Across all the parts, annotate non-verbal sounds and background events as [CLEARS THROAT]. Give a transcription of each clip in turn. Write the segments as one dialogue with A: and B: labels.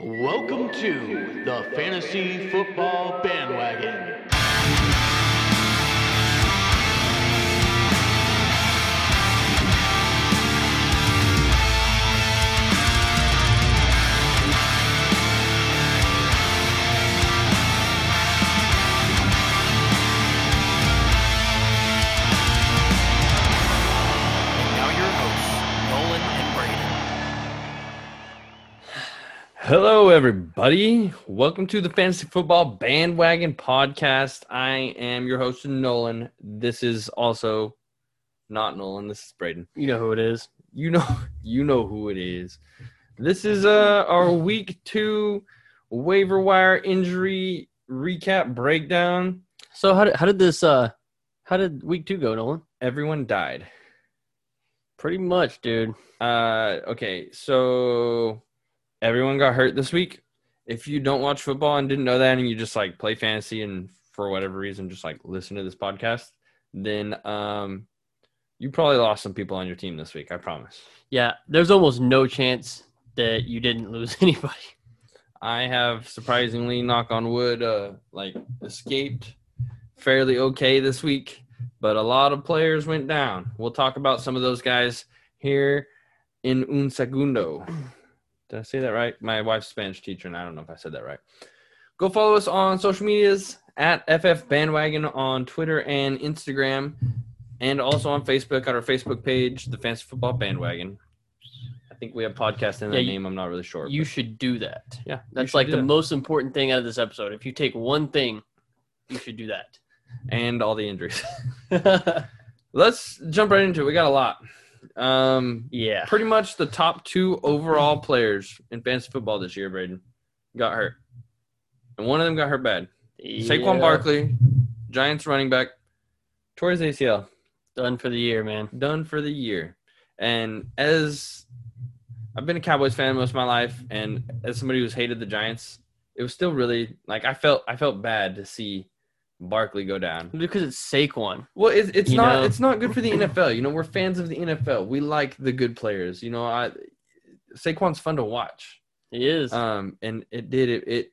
A: Welcome to the Fantasy Football Bandwagon.
B: Now your hosts, Nolan and Braden.
C: Hello, everybody. Welcome to the Fantasy Football Bandwagon Podcast. I am your host, Nolan. This is also not Nolan. This is Braden.
D: You know who it is.
C: You know, [LAUGHS] you know who it is. This is uh, our week two waiver wire injury recap breakdown.
D: So how did, how did this uh how did week two go, Nolan?
C: Everyone died.
D: Pretty much, dude.
C: Uh, okay, so everyone got hurt this week. If you don't watch football and didn't know that, and you just like play fantasy and for whatever reason just like listen to this podcast, then um, you probably lost some people on your team this week. I promise.
D: Yeah, there's almost no chance that you didn't [LAUGHS] lose anybody.
C: I have surprisingly, knock on wood, uh, like escaped fairly okay this week, but a lot of players went down. We'll talk about some of those guys here in un segundo. Did I say that right? My wife's Spanish teacher, and I don't know if I said that right. Go follow us on social medias at FF Bandwagon on Twitter and Instagram, and also on Facebook at our Facebook page, The Fantasy Football Bandwagon. I think we have podcast in that
D: Yeah, you-
C: name. I'm not really sure.
D: You should do that.
C: Yeah,
D: That's like the most important thing out of this episode. If you take one thing, you should do
C: and all the injuries. [LAUGHS]
D: [LAUGHS] that.
C: Let's jump right into it. We got a lot. Um,
D: yeah.
C: pretty much the top two overall players in fantasy football this year, Braden, got hurt, and one of them got hurt bad. Saquon
D: Yeah.
C: Barkley, Giants running back, tore his ACL,
D: done for the year, man.
C: done for the year. And as I've been a Cowboys fan most of my life, and as somebody who's hated the Giants, it was still really like I felt I felt bad to see Barkley go down.
D: Because it's Saquon.
C: Well, it's, it's
D: You
C: not
D: know?
C: it's not good
D: [LAUGHS]
C: for the NFL. You know, we're fans of the NFL. We like the good players. You know, I Saquon's fun to watch.
D: He is.
C: Um, and it did it. It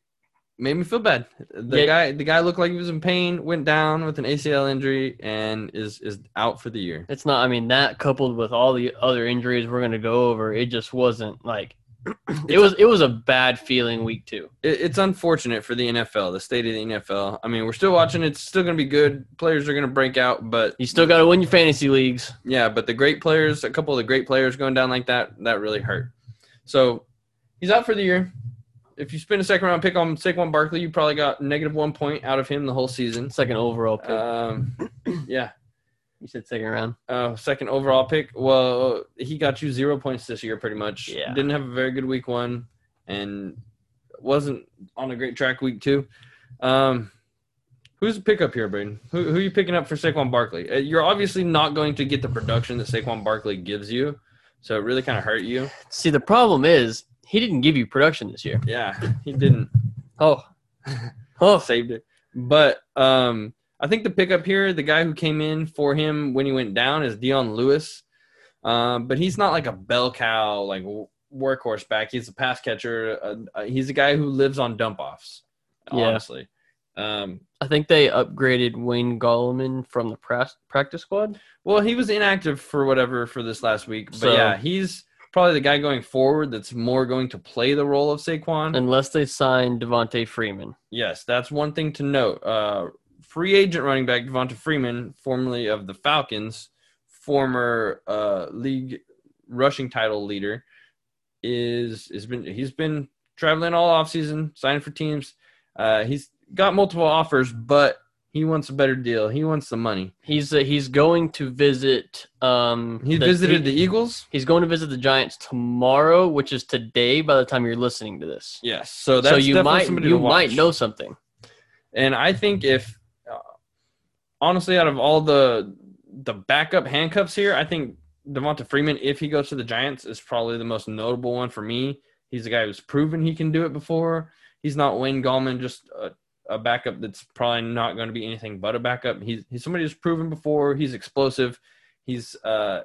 C: made me feel bad. The
D: Yeah.
C: guy the guy looked like he was in pain. Went down with an ACL injury and is is out for the year.
D: it's not I mean that coupled with all the other injuries we're gonna go over, it just wasn't like [CLEARS THROAT] it was it was a bad feeling week two.
C: It, it's unfortunate for the NFL, the state of the NFL. I mean, we're still watching. It's still going to be good. Players are going to break out, but
D: You still gotta win your fantasy leagues.
C: Yeah, but the great players, a couple of the great players going down like that, that really hurt. So he's out for the year. If you spend a second round pick on Saquon Barkley, you probably got negative one point out of him the whole season.
D: Second overall pick.
C: Um, yeah,
D: you said second round.
C: uh, second overall pick. Well, he got you zero points this year, pretty much.
D: Yeah.
C: Didn't have a very good week one, and wasn't on a great track week two. Um, who's the pickup here, Braden? Who, who are you picking up for Saquon Barkley? Uh, You're obviously not going to get the production that Saquon Barkley gives you, so it really kind of hurt you.
D: See, the problem is he didn't give you production this year.
C: Yeah, he didn't.
D: Oh,
C: Oh, saved it. But um, I think the pickup here, the guy who came in for him when he went down is Dion Lewis. Um, but he's not like a bell cow, like w- workhorse back. He's a pass catcher. Uh, uh, he's a guy who lives on dump offs.
D: Yeah.
C: Honestly, um,
D: I think they upgraded Wayne Gallman from the pra- practice squad.
C: well, he was inactive for whatever for this last week. But
D: So-
C: yeah, he's probably the guy going forward that's more going to play the role of Saquon.
D: Unless they sign Devontae Freeman.
C: Yes, that's one thing to note. Uh, free agent running back Devonta Freeman, formerly of the Falcons, former uh, league rushing title leader, is has been he's been traveling all offseason, signing for teams. Uh, he's got multiple offers, but he wants a better deal. He wants the money.
D: He's uh, he's going to visit. Um,
C: He visited the Eagles.
D: He's going to visit the Giants tomorrow, which is today. By the time you're listening to this,
C: Yes, so that's
D: so you
C: definitely
D: might
C: somebody
D: you
C: to watch.
D: might know something.
C: And I think if uh, honestly, out of all the the backup handcuffs here, I think Devonta Freeman, if he goes to the Giants, is probably the most notable one for me. He's a guy who's proven he can do it before. He's not Wayne Gallman, just a, a backup that's probably not going to be anything but a backup. He's he's somebody who's proven before. He's explosive. He's uh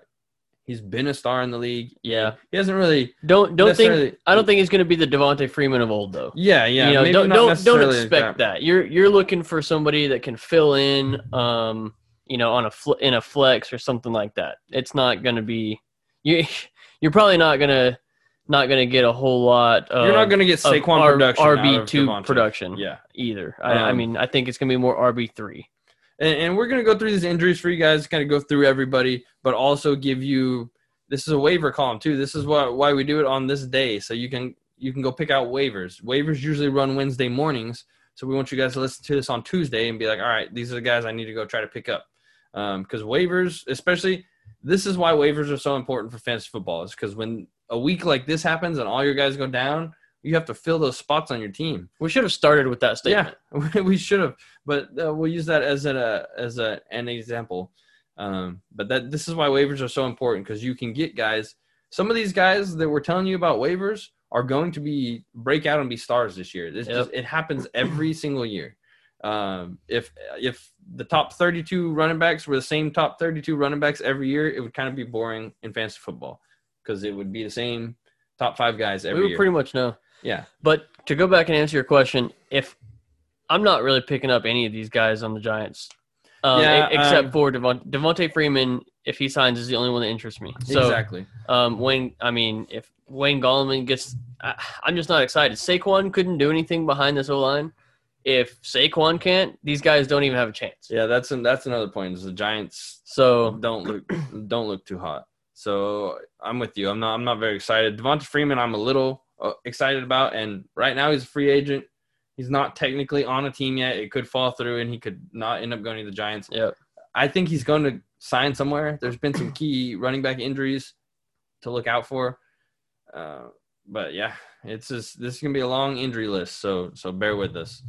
C: He's been a star in the league.
D: Yeah.
C: He hasn't really.
D: Don't don't think
C: necessarily-
D: I don't think he's going to be the Devonte Freeman of old though.
C: Yeah, yeah.
D: you know,
C: maybe
D: don't
C: not
D: don't, don't
C: necessarily like
D: expect that. You're you're looking for somebody that can fill in, um, you know, on a fl- in a flex or something like that. It's not going to be you. [LAUGHS] You're probably not gonna not gonna get a whole lot. Of,
C: You're not going to get
D: of
C: Saquon
D: R-
C: production. RB two
D: RB2 production.
C: Yeah,
D: either. I, I
C: Um,
D: mean, I think it's going to be more RB three.
C: and, and we're going to go through these injuries for you guys. Kind of go through everybody, but also give you. This is a waiver column too. This is why why we do it on this day, so you can you can go pick out waivers. Waivers usually run Wednesday mornings, so we want you guys to listen to this on Tuesday and be like, all right, these are the guys I need to go try to pick up, because waivers, especially. This is why waivers are so important for fantasy football. Is because when a week like this happens and all your guys go down, you have to fill those spots on your team.
D: We should have started with that statement.
C: Yeah, [LAUGHS] we should have, but uh, we'll use that as an uh, as a, an example. Um, but that this is why waivers are so important because you can get guys. Some of these guys that we're telling you about waivers are going to be break out and be stars this year. This
D: Yep.
C: just it happens every [CLEARS THROAT] single year. Um, if if the top 32 running backs were the same top 32 running backs every year, it would kind of be boring in fantasy football because it would be the same top five guys every
D: we would
C: year.
D: pretty much know.
C: yeah,
D: But to go back and answer your question, if I'm not really picking up any of these guys on the Giants, um,
C: Yeah,
D: e- except
C: um,
D: for Devonte Devontae Freeman, if he signs, is the only one that interests me. So
C: exactly.
D: um, Wayne, I mean, if Wayne Gallman gets, I, I'm just not excited. Saquon couldn't do anything behind this O line. If Saquon can't, these guys don't even have a chance.
C: Yeah, that's an, that's another point. Is the Giants
D: So
C: don't look don't look too hot. So I'm with you. I'm not I'm not very excited. Devonta Freeman, I'm a little uh, excited about, and right now he's a free agent. He's not technically on a team yet. It could fall through, and he could not end up going to the Giants.
D: Yep.
C: I think he's going to sign somewhere. There's been some key running back injuries to look out for. Uh, but yeah, it's just this is gonna be a long injury list, so so bear with us.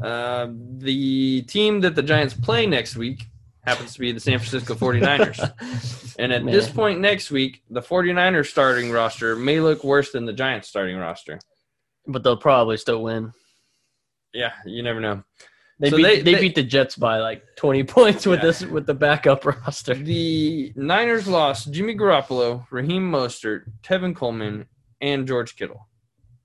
C: Uh, the team that the Giants play next week happens to be the San Francisco
D: [LAUGHS]
C: 49ers. and at this
D: Man.
C: point next week, the 49ers starting roster may look worse than the Giants starting roster.
D: but they'll probably still win.
C: Yeah, you never know.
D: They
C: So
D: beat
C: they-
D: they,
C: they-
D: beat the Jets by like 20 [LAUGHS] points with
C: Yeah.
D: this with the backup [LAUGHS] roster.
C: The Niners lost Jimmy Garoppolo, Raheem Mostert, Tevin Coleman, and George Kittle.
D: [SIGHS]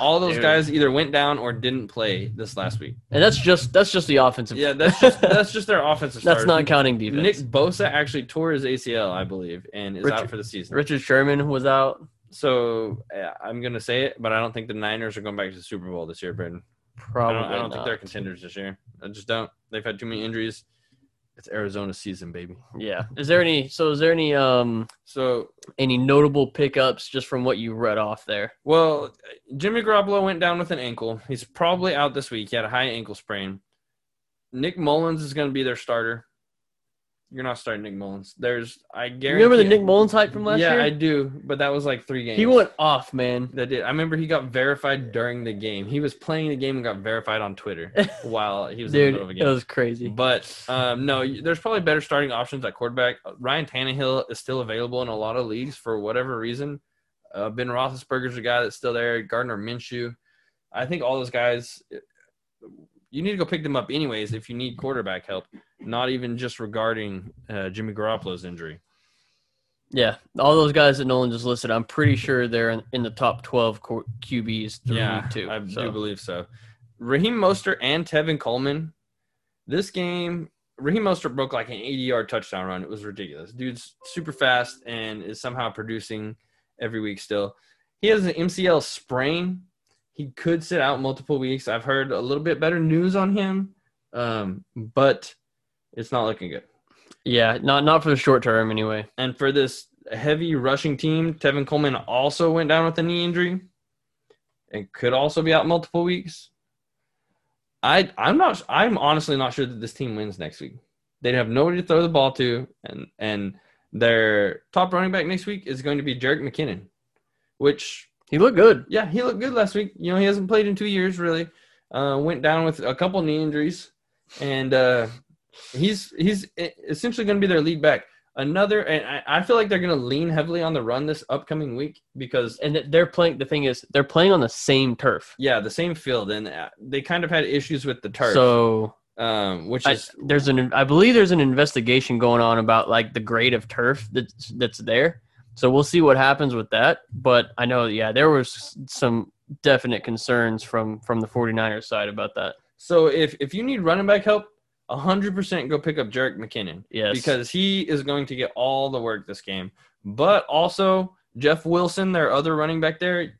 C: All those
D: Dude.
C: guys either went down or didn't play this last week.
D: And that's just that's just the offensive. [LAUGHS]
C: Yeah, that's just that's just their offensive.
D: That's
C: starters.
D: not counting defense.
C: Nick Bosa actually tore his ACL, I believe, and is out
D: Richard-
C: for the season.
D: Richard Sherman was out.
C: So uh, I'm gonna say it, but I don't think the Niners are going back to the Super Bowl this year, Brandon. I
D: Probably
C: don't, I don't think
D: not.
C: they're contenders this year. I just don't. They've had too many injuries. It's Arizona's season, baby.
D: Yeah. Is there any so is there any um
C: So
D: any notable pickups just from what you read off there?
C: Well, Jimmy Garoppolo went down with an ankle. He's probably out this week. He had a high ankle sprain. Nick Mullins is going to be their starter. You're not starting Nick Mullins. There's, I
D: You
C: guarantee.
D: remember the
C: it.
D: Nick Mullins hype from last
C: yeah, I
D: year?
C: do. But that was like three games.
D: he went off, man.
C: That did. I remember he got verified during the game. He was playing the game and got verified on
D: [LAUGHS]
C: Twitter while he was in the
D: Dude,
C: middle of a
D: it
C: game.
D: was crazy.
C: But um, no, you- there's probably better starting options at quarterback. Uh, Ryan Tannehill is still available in a lot of leagues for whatever reason. Uh, ben Roethlisberger's a guy that's still there. Gardner Minshew, I think all those guys. uh, You need to go pick them up anyways if you need quarterback help. Not even just regarding uh, Jimmy Garoppolo's injury.
D: Yeah, all those guys that Nolan just listed, I'm pretty sure they're in, in the top 12 qu- QBs through week two.
C: I
D: so.
C: do believe so. Raheem Mostert and Tevin Coleman. This game, Raheem Mostert broke like an 80-yard touchdown run. It was ridiculous. Dude's super fast and is somehow producing every week still. He has an MCL sprain. He could sit out multiple weeks. I've heard a little bit better news on him, um, but it's not looking good.
D: Yeah, not not for the short term anyway.
C: And for this heavy rushing team, Tevin Coleman also went down with a knee injury and could also be out multiple weeks. I I'm not I'm honestly not sure that this team wins next week. They'd have nobody to throw the ball to and and their top running back next week is going to be Jarek McKinnon, which
D: He looked good.
C: yeah, he looked good last week. You know, he hasn't played in two years really. Uh, went down with a couple knee injuries, and uh, he's he's e- essentially going to be their lead back. Another, and I, I feel like they're going to lean heavily on the run this upcoming week because
D: And th- they're playing the thing is they're playing on the same turf.
C: yeah, the same field, and uh, they kind of had issues with the turf.
D: So
C: um, which
D: I,
C: is
D: there's an I believe there's an investigation going on about like the grade of turf that's that's there. So we'll see what happens with that. But I know, yeah, there was some definite concerns from from the 49ers side about that.
C: so. If if you need running back help, hundred percent go pick up Jarek McKinnon
D: Yes,
C: because he is going to get all the work this game. But also Jeff Wilson, their other running back there,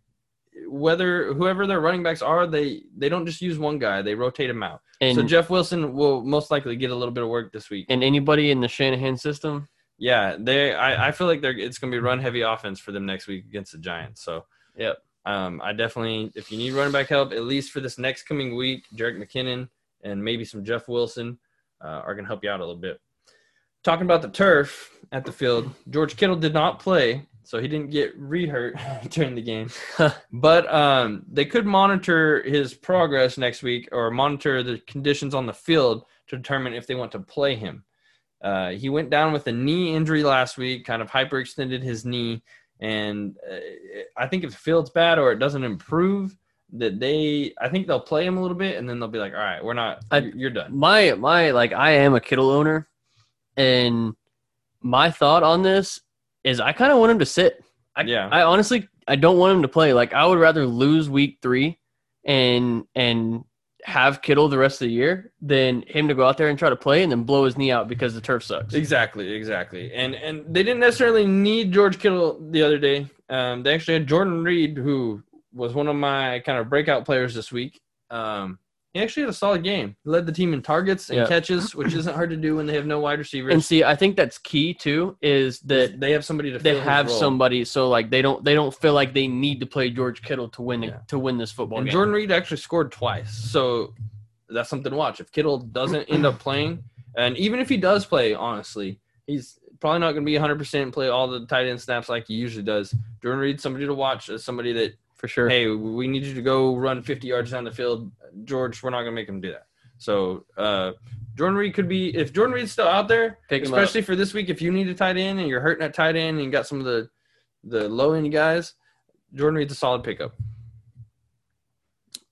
C: whether whoever their running backs are, they they don't just use one guy; they rotate him out.
D: and
C: so Jeff Wilson will most likely get a little bit of work this week.
D: and anybody in the Shanahan system,
C: Yeah, they. I, I feel like they're. It's going to be run heavy offense for them next week against the Giants. So,
D: Yep.
C: Um, I definitely, if you need running back help, at least for this next coming week, Jarek McKinnon and maybe some Jeff Wilson uh, are going to help you out a little bit. Talking about the turf at the field, George Kittle did not play, so he didn't get re-hurt [LAUGHS] during the
D: [LAUGHS]
C: game. but um, they could monitor his progress next week, or monitor the conditions on the field to determine if they want to play him. Uh, he went down with a knee injury last week, kind of hyperextended his knee. And uh, I think if the field's bad or it doesn't improve, that they, I think they'll play him a little bit and then they'll be like, all right, we're not,
D: I-
C: you're you're done.
D: my my like I am a Kittle owner, and my thought on this is I kind of want him to sit. I,
C: Yeah.
D: I honestly I don't want him to play. Like I would rather lose week three and and have Kittle the rest of the year than him to go out there and try to play and then blow his knee out because the turf sucks.
C: Exactly, exactly. And and they didn't necessarily need George Kittle the other day. Um, they actually had Jordan Reed, who was one of my kind of breakout players this week. Um, he actually had a solid game. He led the team in targets and
D: Yeah.
C: catches, which isn't hard to do when they have no wide receivers.
D: And see, I think that's key too is that
C: they have somebody to
D: they
C: fill his
D: have
C: role.
D: somebody so like they don't they don't feel like they need to play George Kittle to win the,
C: Yeah.
D: to win this football
C: And
D: game.
C: Jordan Reed actually scored twice, so that's something to watch. If Kittle doesn't end up playing, and even if he does play, honestly, he's probably not going to be 100 percent and play all the tight end snaps like he usually does. Jordan Reed's somebody to watch as somebody that
D: for sure.
C: hey, we need you to go run 50 yards down the field, George. We're not going to make him do that. So uh, Jordan Reed could be if Jordan Reed's still out there,
D: Pick him up.
C: especially for this week. If you need a tight end and you're hurting at tight end and you got some of the the low end guys, Jordan Reed's a solid pickup.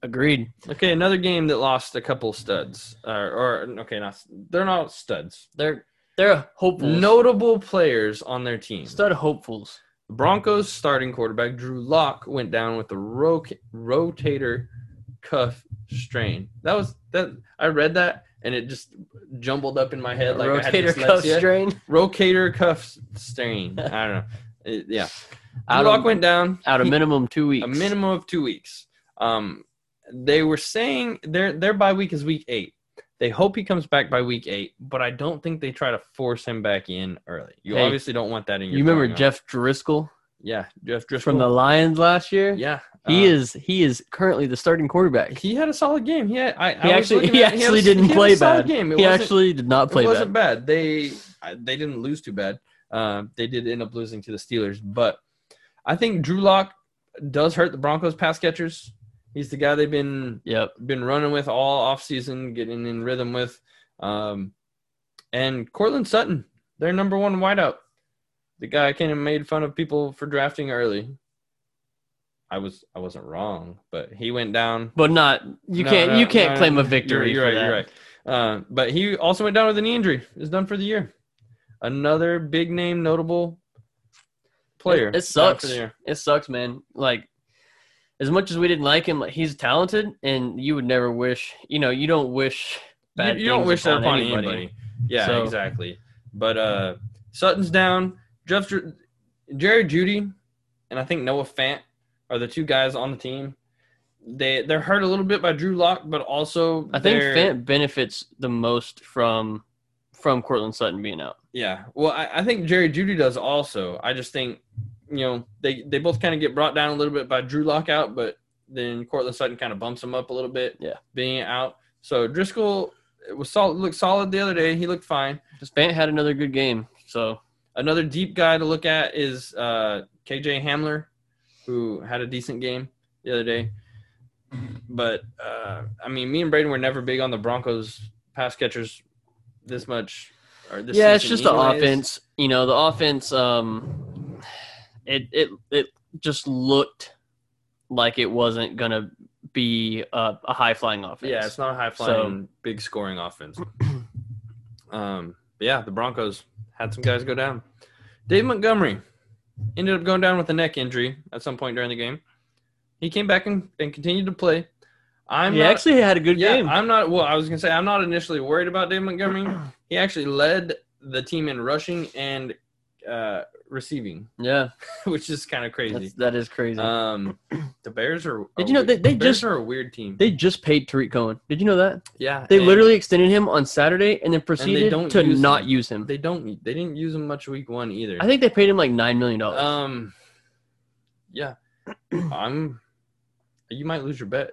D: Agreed.
C: Okay, another game that lost a couple studs, or, or okay, not they're not studs.
D: They're they're hopeful.
C: Notable players on their team.
D: Stud hopefuls.
C: Broncos starting quarterback Drew Lock went down with a ro- rotator cuff strain. That was that. I read that and it just jumbled up in my head like I had
D: rotator cuff
C: dyslexia.
D: strain.
C: Rotator cuff s-
D: [LAUGHS]
C: strain. I don't know. It- yeah, Drew
D: Out
C: Lock
D: of-
C: went down.
D: Out a
C: He-
D: minimum two weeks.
C: a minimum of two weeks. Um, they were saying their their bye week is week eight. They hope he comes back by week eight, but I don't think they try to force him back in early. You
D: Hey,
C: obviously don't want that in your.
D: You remember
C: lineup.
D: Jeff Driscoll
C: Yeah, Jeff Driscoll
D: from the Lions last year?
C: Yeah,
D: He
C: uh,
D: is he is currently the starting quarterback.
C: He had a solid game. He had, I,
D: He actually he actually didn't play bad. He actually did not play
C: it
D: bad.
C: wasn't bad. They I- they didn't lose too bad. Um, they did end up losing to the Steelers, but I think Drew Lock does hurt the Broncos pass catchers. He's the guy they've been
D: Yep.
C: been running with all offseason, getting in rhythm with. Um, and Cortland Sutton, their number one wideout. The guy kind of made fun of people for drafting early. I was I wasn't wrong, but he went down.
D: But not you
C: No,
D: can't
C: no,
D: you can't
C: no,
D: claim
C: no,
D: a victory.
C: You're,
D: for
C: you're right. You're right. Uh, but he also went down with a knee injury. Is done for the year. Another big name, notable player.
D: It,
C: down
D: it
C: for
D: sucks.
C: the year.
D: It sucks, man. Like as much as we didn't like him, like, he's talented and you would never wish you know, you don't wish
C: you,
D: bad
C: you don't
D: things
C: wish that upon
D: upon
C: anybody.
D: anybody.
C: Yeah,
D: So-
C: exactly. But uh, Sutton's down. Jeff, Dr- Jerry Judy, and I think Noah Fant are the two guys on the team. They they're hurt a little bit by Drew Lock, but also
D: I think
C: they're-
D: Fant benefits the most from from Cortland Sutton being out.
C: Yeah, well, I, I think Jerry Judy does also. I just think you know they they both kind of get brought down a little bit by Drew Lock out, but then Cortland Sutton kind of bumps him up a little bit.
D: Yeah.
C: being out. So Driscoll was solid, looked solid the other day. He looked fine.
D: Just Fant had another good game. So
C: Another deep guy to look at is uh, KJ Hamler, who had a decent game the other day. But uh, I mean, me and Braden were never big on the Broncos pass catchers this much. Or this
D: yeah, it's
C: season
D: just the
C: anyways.
D: offense. You know, the offense. Um, it it it just looked like it wasn't gonna be uh, a high flying offense.
C: Yeah, it's not a high flying, big scoring
D: [CLEARS THROAT]
C: offense. um, but yeah, the Broncos had some guys go down. Dave Montgomery ended up going down with a neck injury at some point during the game. He came back and, and continued to play. I'm
D: he
C: not,
D: actually had a good
C: yeah,
D: game.
C: I'm not. Well, I was gonna say I'm not initially worried about Dave Montgomery. he actually led the team in rushing and uh, receiving, [LAUGHS]
D: yeah,
C: which is kind of crazy.
D: that's, that is crazy.
C: Um, the Bears are. are
D: Did you know
C: weird-
D: they- they
C: the Bears
D: just-
C: are a weird team?
D: they just paid Tariq Cohen. Did you know that
C: yeah,
D: they
C: and
D: literally extended him on Saturday and then proceeded
C: don't
D: to
C: use
D: not
C: him.
D: use him?
C: they don't they didn't use him much week one either.
D: I think they paid him like nine million dollars.
C: Um,
D: [CLEARS THROAT]
C: yeah, I'm. You might lose your bet,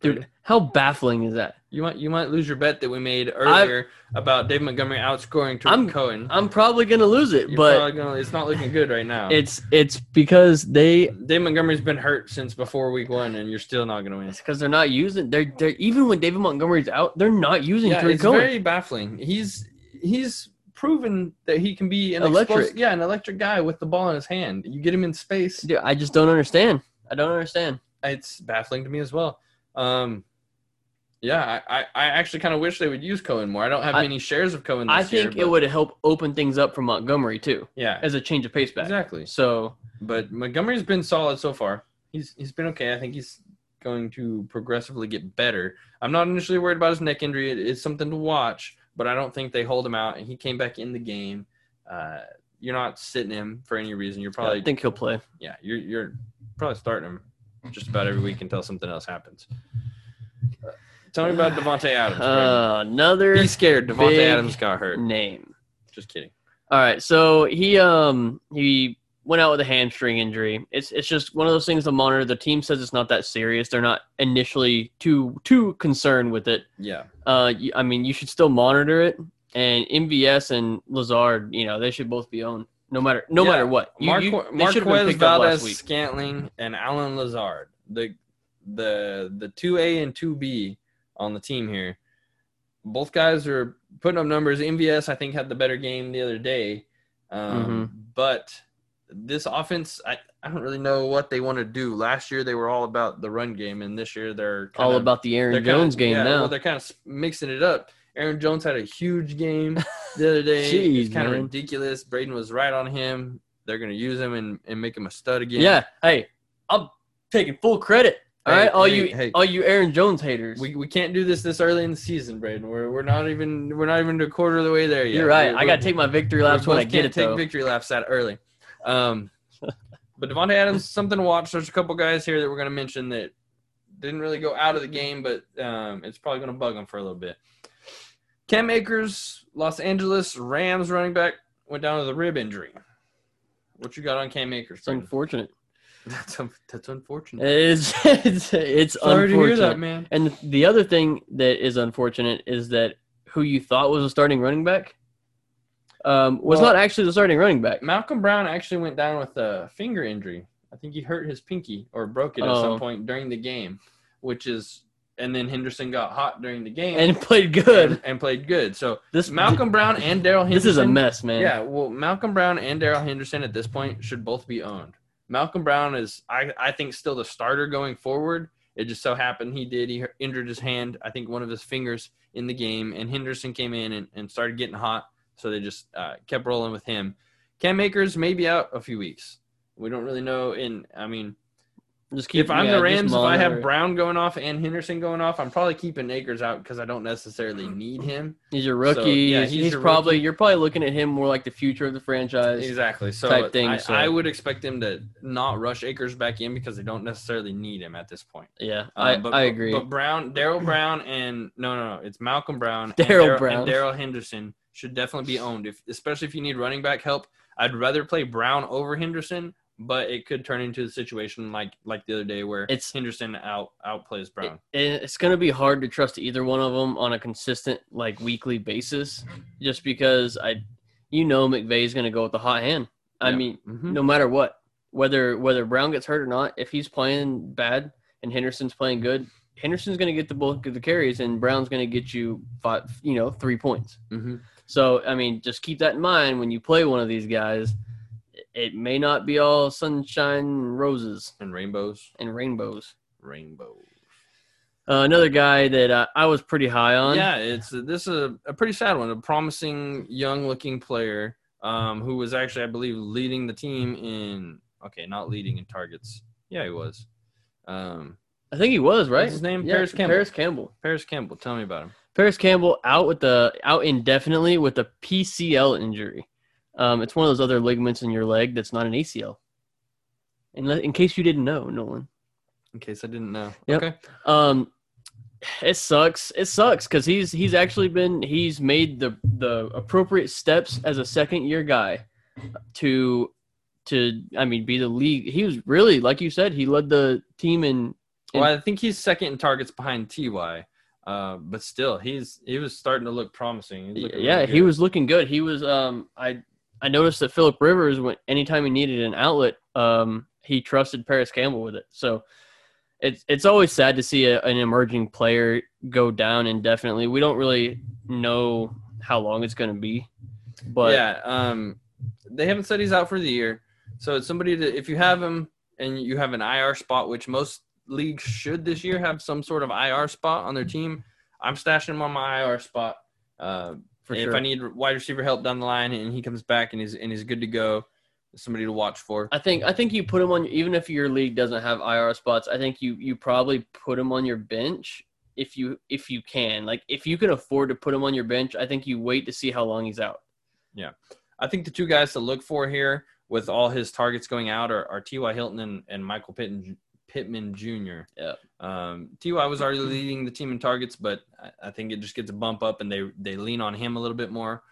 D: Dude, how baffling is that?
C: You might you might lose your bet that we made earlier about Dave Montgomery outscoring Tariq
D: I'm-
C: Cohen.
D: I'm probably gonna lose it,
C: You're
D: but
C: probably gonna, it's not looking good right
D: [LAUGHS]
C: now.
D: it's it's because they
C: Dave Montgomery's been hurt since before week one, and you're still not gonna win.
D: it's because they're not using they're they're even when David Montgomery's out, they're not using
C: Yeah,
D: Tariq
C: it's
D: Cohen.
C: very baffling. He's he's proven that he can be an
D: Electric.
C: explosive- yeah, an electric guy with the ball in his hand. You get him in space,
D: Dude, I just don't understand. I don't understand.
C: it's baffling to me as well. Um, yeah, I, I, I actually kind of wish they would use Cohen more. I don't have
D: I-
C: many shares of Cohen. This
D: I think
C: year,
D: it
C: but-
D: would help open things up for Montgomery too,
C: Yeah,
D: as a change of pace back.
C: exactly.
D: So
C: But Montgomery's been solid so far. He's he's been okay. I think he's going to progressively get better. I'm not initially worried about his neck injury. It is something to watch, but I don't think they hold him out. And he came back in the game. Uh, you're not sitting him for any reason. You're probably
D: I think he'll play.
C: yeah. You're you're probably starting him just about every week until something else happens. Uh, Tell me about Devonte Adams. Brandon.
D: Uh, another
C: Be scared. Devonte
D: big-
C: Adams got hurt.
D: name.
C: Just kidding.
D: All right, so he um he went out with a hamstring injury. It's it's just one of those things to monitor. The team says it's not that serious. They're not initially too too concerned with it.
C: Yeah.
D: Uh, you, I mean, you should still monitor it. And MVS and Lazard, you know, they should both be owned no matter no
C: Yeah.
D: matter what. You,
C: Mark,
D: you- they should have been
C: Marquez
D: picked up last
C: Valdez
D: week.
C: Scantling and Alan Lazard, the the the two A and two B on the team here. Both guys are putting up numbers. MVS I think had the better game the other day, um,
D: Mm-hmm.
C: but this offense I, I don't really know what they want to do. Last year they were all about the run game, and this year they're kind
D: All
C: of,
D: about the Aaron
C: kinda,
D: Jones game
C: yeah,
D: now.
C: Well, they're kind of mixing it up. Aaron Jones had a huge
D: [LAUGHS]
C: game the other day. it's
D: Jeez,
C: kind of
D: man.
C: ridiculous. Braden was right on him. They're gonna use him and, and make him a stud again.
D: Yeah. Hey, I'm taking full credit. All
C: Hey,
D: right, all
C: hey,
D: you
C: hey.
D: all you Aaron Jones haters.
C: We, we can't do this this early in the season, Braden. We're, we're not even we're not even to a quarter of the way there yet.
D: You're right.
C: We-
D: I
C: we-
D: gotta take my victory laps
C: we
D: when I
C: both
D: get
C: can't
D: it
C: take
D: though.
C: victory laps that early.
D: [LAUGHS]
C: Um, but Devontae Adams, something to watch. There's a couple guys here that we're gonna mention that didn't really go out of the game, but um, it's probably gonna bug them for a little bit. Cam Akers, Los Angeles Rams running back, went down with a rib injury. What you got on Cam Akers?
D: It's
C: Braden?
D: [LAUGHS] unfortunate.
C: That's un- that's unfortunate.
D: It's [LAUGHS] it's, it's
C: Sorry to hear that,
D: unfortunate.
C: man.
D: And the other thing that is unfortunate is that who you thought was a starting running back um, was
C: Well-
D: not actually the starting running back.
C: Malcolm Brown actually went down with a finger injury. I think he hurt his pinky or broke it at
D: Oh.
C: some point during the game, which is and then Henderson got hot during the game
D: And [LAUGHS] played
C: and,
D: good.
C: and played good. So
D: This
C: Malcolm Brown and Daryl Henderson.
D: This is a mess, man.
C: Yeah, well, Malcolm Brown and Daryl Henderson at this point should both be owned. Malcolm Brown is, I, I think, still the starter going forward. It just so happened he did. He injured his hand, I think one of his fingers in the game, and Henderson came in and, and started getting hot. So they just uh, kept rolling with him. Cam Akers may be out a few weeks. We don't really know. And I mean,
D: Just keep.
C: if I'm
D: yeah,
C: the
D: just
C: Rams, if I have
D: monitor.
C: Brown going off and Henderson going off, I'm probably keeping Akers out because I don't necessarily need him.
D: He's your
C: So,
D: rookie.
C: yeah,
D: he's
C: he's your
D: probably
C: rookie.
D: you're probably looking at him more like the future of the franchise.
C: exactly so
D: type thing,
C: I,
D: so-
C: I would expect them to not rush Akers back in because they don't necessarily need him at this point.
D: Yeah,
C: Um,
D: I,
C: but,
D: I
C: but-
D: agree.
C: But Brown, Daryl Brown, and no, no, no, it's Malcolm Brown, and
D: Daryl
C: Dar-
D: Brown.
C: and Daryl Henderson should definitely be owned, if especially if you need running back help. I'd rather play Brown over Henderson, but it could turn into a situation like like the other day where
D: It's-
C: Henderson out outplays Brown.
D: It- it's going to be hard to trust either one of them on a consistent like weekly basis, just because I, you know, McVay's going to go with the hot hand. I
C: Yeah.
D: mean,
C: Mhm.
D: no matter what, whether whether Brown gets hurt or not, if he's playing bad and Henderson's playing good, Henderson's going to get the bulk of the carries, and Brown's going to get you five, you know, three points.
C: Mhm.
D: So I mean, just keep that in mind when you play one of these guys. It may not be all sunshine, and roses,
C: and rainbows,
D: and rainbows.
C: rainbows.
D: Uh, another guy that uh, I was pretty high on.
C: Yeah, it's this is a, a pretty sad one. A promising young looking player um, who was actually, I believe, leading the team in okay, not leading in targets. Yeah, he was. Um,
D: I think he was right.
C: What's his name?
D: Yeah,
C: Paris Campbell.
D: Paris Campbell.
C: Paris Campbell, tell me about him.
D: Paris Campbell out with the out indefinitely with a PCL injury. Um, it's one of those other ligaments in your leg that's not an ACL. In, in case you didn't know, Nolan.
C: In case I didn't know.
D: Yep.
C: Okay.
D: Um, it sucks. It sucks because he's he's actually been he's made the the appropriate steps as a second year guy to to I mean be the league. He was really like you said he led the team in
C: Well, I think he's second in targets behind Ty. Uh, but still, he's he was starting to look promising. He's looking
D: yeah
C: really
D: he
C: good.
D: was looking good. He was um I I noticed that Philip Rivers when anytime he needed an outlet um he trusted Paris Campbell with it. So it's it's always sad to see a, an emerging player go down indefinitely. We don't really know how long it's going to be, but
C: yeah, um, they haven't said he's out for the year. So it's somebody that if you have him and you have an IR spot, which most leagues should this year have some sort of IR spot on their team, I'm stashing him on my IR spot. Uh,
D: for
C: if
D: sure.
C: I need wide receiver help down the line and he comes back and he's and he's good to go, somebody to watch for.
D: I think I think you put him on even if your league doesn't have IR spots. I think you you probably put him on your bench if you if you can. Like if you can afford to put him on your bench, I think you wait to see how long he's out.
C: I think the two guys to look for here with all his targets going out are, are T.Y. Hilton and, and Michael Pittman, Pittman Jr.
D: Yep.
C: Um, T.Y. was already leading the team in targets, but I, I think it just gets a bump up and they, they lean on him a little bit more.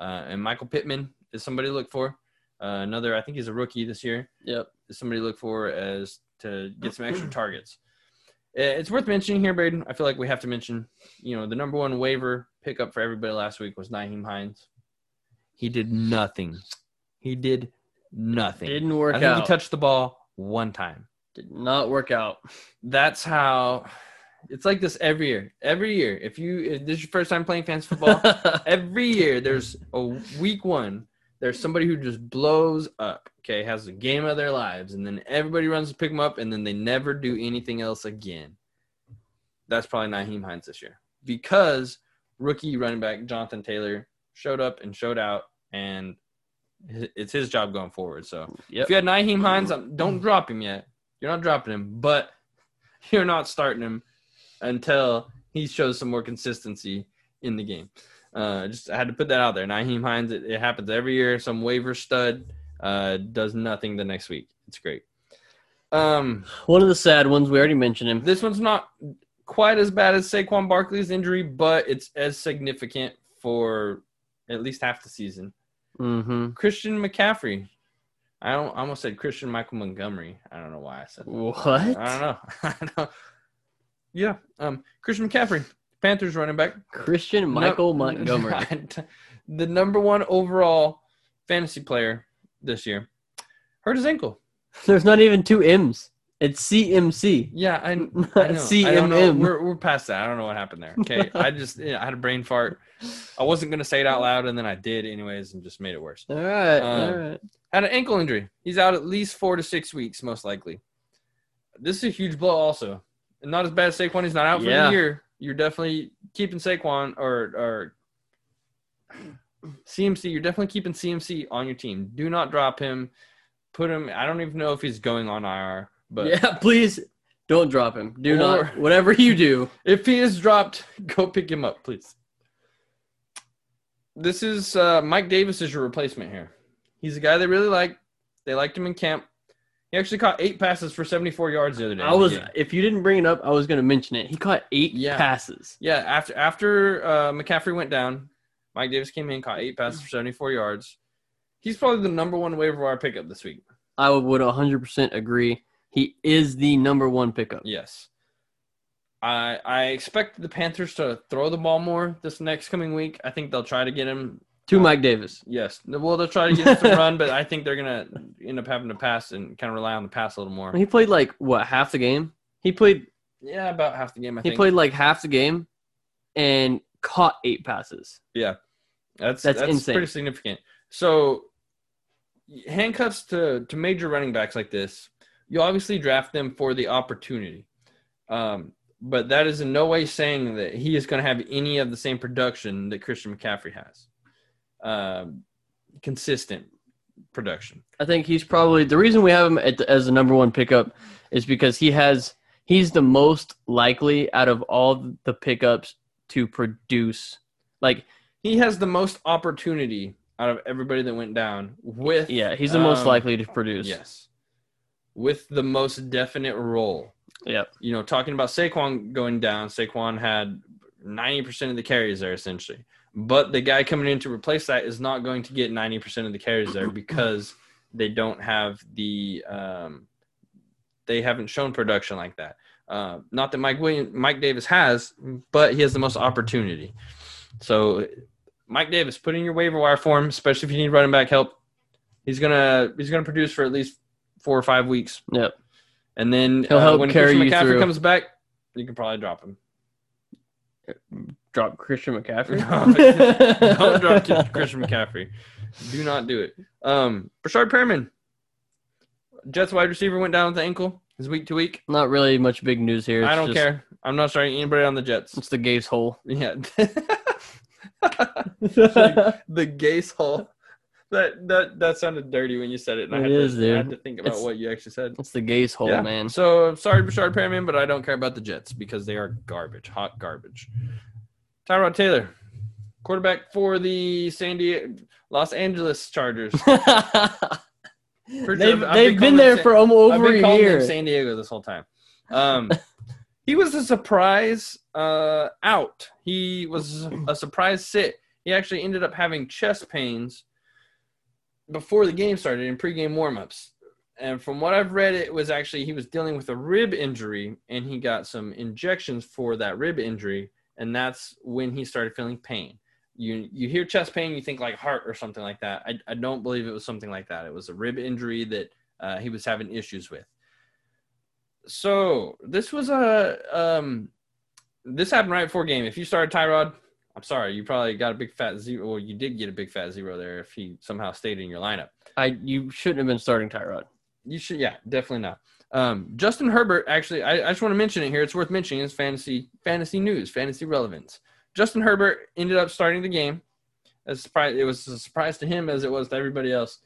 C: Uh, and Michael Pittman is somebody to look for. Uh, another, I think he's a rookie this year,
D: Yep.
C: is somebody to look for as to get some
D: [CLEARS THROAT]
C: extra targets. Uh, It's worth mentioning here, Braden. I feel like we have to mention, you know, the number one waiver pickup for everybody last week was Naheem Hines. He did nothing. He did nothing.
D: Didn't work
C: I think
D: out.
C: he touched the ball one time.
D: Did not
C: [LAUGHS]
D: work out.
C: That's how it's like this every year. Every year, if you if this is your first time playing fantasy
D: [LAUGHS]
C: football, every year there's a week one there's somebody who just blows up okay has the game of their lives and then everybody runs to pick them up and then they never do anything else again that's probably Naheem Hines this year because rookie running back Jonathan Taylor showed up and showed out and hi- it's his job going forward so
D: Yep.
C: if you had Naheem Hines um, don't drop him yet you're not dropping him but [LAUGHS] you're not starting him until he shows some more consistency in the game. Uh, just I had to put that out there. Naheem Hines, it, it happens every year. Some waiver stud uh, does nothing the next week. It's great. Um,
D: One of the sad ones we already mentioned him.
C: this one's not quite as bad as Saquon Barkley's injury, but it's as significant for at least half the season.
D: Mm-hmm.
C: Christian McCaffrey. I don't. I almost said Christian Michael Montgomery. I don't know why I said that. I don't
D: What?
C: know. [LAUGHS] I don't. Yeah. Um. Christian McCaffrey, Panthers running back.
D: Christian
C: No- [LAUGHS]
D: Michael Montgomery. [LAUGHS]
C: the number one overall fantasy player this year, hurt his ankle.
D: There's not even two M's. It's [LAUGHS] CMC.
C: Yeah, I, I know.
D: Not
C: I don't know.
D: CMM.
C: We're, we're past that. I don't know what happened there.
D: [LAUGHS]
C: Okay, I just yeah, I had a brain fart. I wasn't gonna say it out loud, and then I did anyways, and just made it worse.
D: All right.
C: Um,
D: all right.
C: Had an ankle injury. He's out at least four to six weeks, most likely. This is a huge blow, also. Not as bad as Saquon. He's not out for
D: Yeah.
C: the year. You're definitely keeping Saquon or or [CLEARS THROAT] CMC. You're definitely keeping CMC on your team. Do not drop him. Put him. I don't even know if he's going on IR, but
D: yeah, [LAUGHS] please don't drop him. Do not.
C: Or-
D: Whatever you do.
C: if he is dropped, [LAUGHS] go pick him up, please. This is uh, Mike Davis is your replacement here. He's a guy they really like. They liked him in camp. He actually caught eight passes for 74 yards the other day.
D: I was.
C: Yeah,
D: If you didn't bring it up, I was going to mention it. He caught eight
C: Yeah.
D: passes.
C: Yeah, after after uh, McCaffrey went down, Mike Davis came in, caught eight passes for 74 yards. He's probably the number one waiver wire pickup this week.
D: I would 100% agree. He is the number one pickup.
C: Yes. I I expect the Panthers to throw the ball more this next coming week. I think they'll try to get him
D: To Mike Davis.
C: Yes. Well, they'll try to get us to run, but I think they're gonna end up having to pass and kind of rely on the pass a little more.
D: He played like what half the game. He played.
C: Yeah, about half the game. I
D: He
C: think.
D: played like half the game, and caught eight passes.
C: That's
D: That's
C: that's,
D: insane.
C: pretty significant. So handcuffs to to major running backs like this, you obviously draft them for the opportunity. Um, but that is in no way saying that he is going to have any of the same production that Christian McCaffrey has. Um consistent production.
D: I think he's probably the reason we have him at the, as the number one pickup is because he has he's the most likely out of all the pickups to produce. Like,
C: He has the most opportunity out of everybody that went down with
D: yeah, he's the most
C: Um,
D: likely to produce.
C: Yes. With the most definite role.
D: Yep.
C: You know, talking about Saquon going down, Saquon had 90% of the carries there essentially. But the guy coming in to replace that is not going to get 90% of the carries there because they don't have the um, they haven't shown production like that. Uh, not that Mike William, Mike Davis has, but he has the most opportunity. So, Mike Davis, put in your waiver wire form, especially if you need running back help. He's gonna he's gonna produce for at least four or five weeks,
D: Yep.
C: and then uh,
D: He'll help
C: when
D: carry
C: Christian
D: you
C: McCaffrey
D: through.
C: comes back, you can probably drop
D: [LAUGHS]
C: him.
D: Drop Christian McCaffrey.
C: [LAUGHS] Don't drop Ki- Christian McCaffrey. Do not do it. Um, Brashard Perriman, Jets wide receiver, went down with the ankle. His week to week.
D: Not really much big news here. It's
C: I don't
D: just-
C: care. I'm not starting anybody on the Jets.
D: It's the gaze
C: [LAUGHS]
D: hole.
C: Yeah. the gaze hole. That that that sounded dirty when you said it. And I
D: It
C: had
D: is,
C: to,
D: dude.
C: I had to think about
D: It's-
C: what you actually said.
D: It's the gaze hole,
C: Yeah.
D: man. [LAUGHS]
C: So sorry, Bashard Perriman, but I don't care about the Jets because they are garbage, hot garbage. Tyrod Taylor, quarterback for the San Diego, Los Angeles Chargers.
D: they've
C: I've been
D: they've
C: calling
D: been there
C: him
D: for um, over
C: I've been
D: a
C: calling him
D: year.
C: San Diego this whole time. Um, [LAUGHS] he was a surprise uh, out. He was a surprise sit. He actually ended up having chest pains before the game started in pregame warmups. And from what I've read, it was actually he was dealing with a rib injury, and he got some injections for that rib injury, and that's when he started feeling pain. You you hear chest pain, you think like heart or something like that. I, I don't believe it was something like that. It was a rib injury that uh, he was having issues with. So this was a um, this happened right before game. If you started Tyrod, I'm sorry, you probably got a big fat zero. Well, you did get a big fat zero there if he somehow stayed in your lineup.
D: I you shouldn't have been starting Tyrod.
C: You should, yeah, definitely not. Um, Justin Herbert, actually, I, I just want to mention it here. It's worth mentioning. It's fantasy, fantasy news, fantasy relevance. Justin Herbert ended up starting the game. A surprise, it was a surprise to him as it was to everybody else.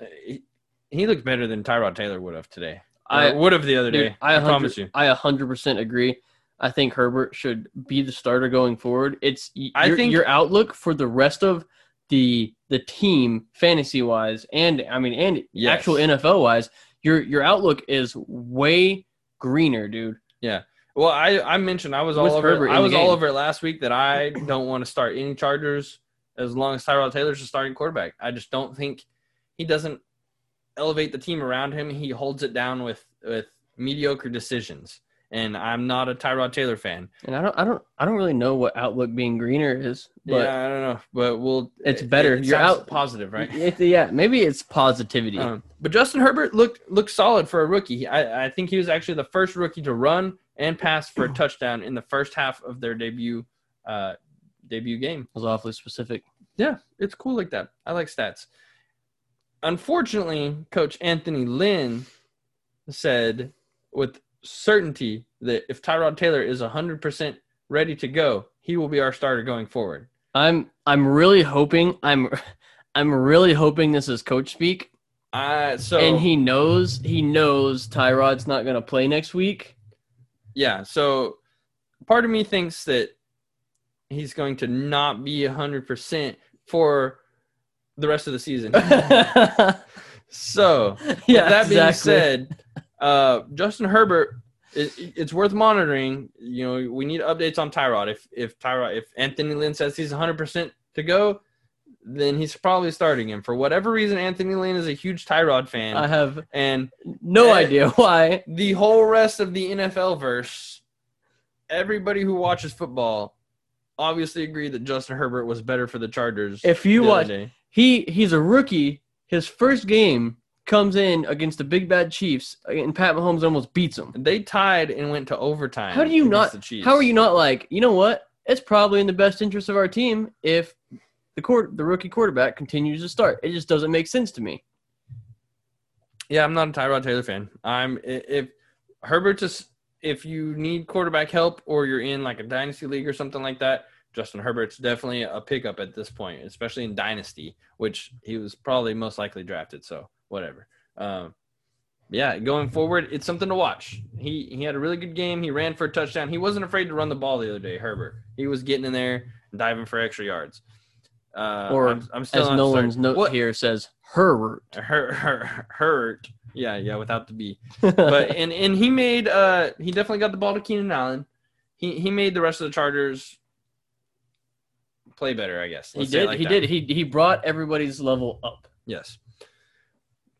C: Uh, He, he looked better than Tyrod Taylor would have today. I
D: I
C: would have the other
D: dude,
C: day.
D: I,
C: I, promise
D: 100
C: you.
D: I 100% agree. I think Herbert should be the starter going forward. It's y-
C: I
D: your,
C: think-
D: your outlook for the rest of the the team fantasy wise and I mean and
C: Yes.
D: actual NFL wise, your your outlook is way greener, dude.
C: Well, I, I mentioned I was
D: With
C: all over.
D: Herbert in
C: I
D: the
C: was all
D: game.
C: over it last week that I don't want to start any Chargers as long as Tyrod Taylor's the starting quarterback. I just don't think he doesn't elevate the team around him. He holds it down with with mediocre decisions. And I'm not a Tyrod Taylor fan.
D: And I don't I don't I don't really know what outlook being greener is, but
C: yeah, I don't know, but we'll.
D: It's better. You're
C: sounds
D: out-
C: positive, right?
D: It's- yeah, maybe it's positivity.
C: Um, but Justin Herbert looked looked solid for a rookie. I, I think he was actually the first rookie to run and pass for a touchdown in the first half of their debut uh, debut game.
D: was awfully specific.
C: Yeah, it's cool like that. I like stats. Unfortunately, Coach Anthony Lynn said with certainty that if Tyrod Taylor is 100% ready to go, he will be our starter going forward.
D: I'm I'm really hoping I'm [LAUGHS] I'm really hoping this is coach speak
C: Uh, so
D: and he knows he knows Tyrod's not going to play
C: [LAUGHS]
D: next week. [LAUGHS]
C: yeah so part of me thinks that he's going to not be 100% for the rest of the
D: [LAUGHS]
C: season
D: yeah,
C: so with that being said uh, justin herbert it, it's worth monitoring you know we need updates on tyrod if if tyrod if anthony lynn says he's 100% to go then he's probably starting him for whatever reason anthony lynn is a huge tyrod fan
D: I have
C: and
D: no
C: Eh.
D: idea [LAUGHS] why.
C: the whole rest of the NFL verse, everybody who watches football obviously agreed that Justin Herbert was better for the Chargers.
D: If you
C: the other
D: watch,
C: day.
D: he he's a rookie. His first game comes in against the big bad Chiefs, and Pat Mahomes almost beats him.
C: they tied and went to overtime.
D: How do you
C: against
D: not-
C: The Chiefs.
D: How are you not like, you know what? It's probably in the best interest of our team if the court the rookie quarterback continues to start. It just doesn't make sense to me.
C: Yeah, I'm not a Tyrod Taylor fan. I'm i- if Herbert's a s- if you need quarterback help or you're in like a dynasty league or something like that, Justin Herbert's definitely a pickup at this point, especially in dynasty, which he was probably most likely drafted. So whatever. Um, yeah, going forward, it's something to watch. He he had a really good game. He ran for a touchdown. He wasn't afraid to run the ball the other day. Herbert, he was getting in there, and diving for extra yards. Uh,
D: Or
C: I'm, I'm still
D: As
C: not
D: Nolan's
C: certain-
D: note
C: what-
D: here says, Herbert.
C: Her, her, hurt. Yeah, yeah, without the B.
D: [LAUGHS]
C: But and and he made uh he definitely got the ball to Keenan Allen. He he made the rest of the Chargers play better, I guess.
D: he
C: Let's say it
D: did.
C: like
D: he
C: that.
D: did. He he brought everybody's level up.
C: Yes.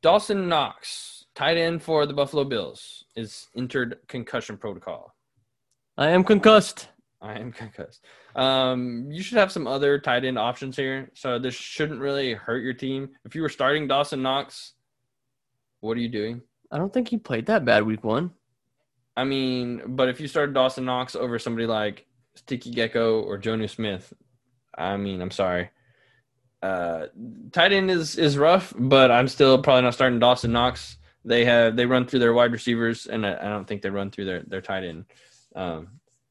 C: Dawson Knox, tight end for the Buffalo Bills, is entered concussion protocol.
D: I am concussed.
C: I am [LAUGHS] concussed. Um, you should have some other tight end options here, so this shouldn't really hurt your team. If you were starting Dawson Knox, what are you doing?
D: I don't think he played that bad week one.
C: I mean, but if you started Dawson Knox over somebody like Sticky Gecko or Jonu Smith, I mean, I'm sorry. Uh, tight end is is rough, but I'm still probably not starting Dawson Knox. They have they run through their wide receivers, and I, I don't think they run through their their tight end. Um,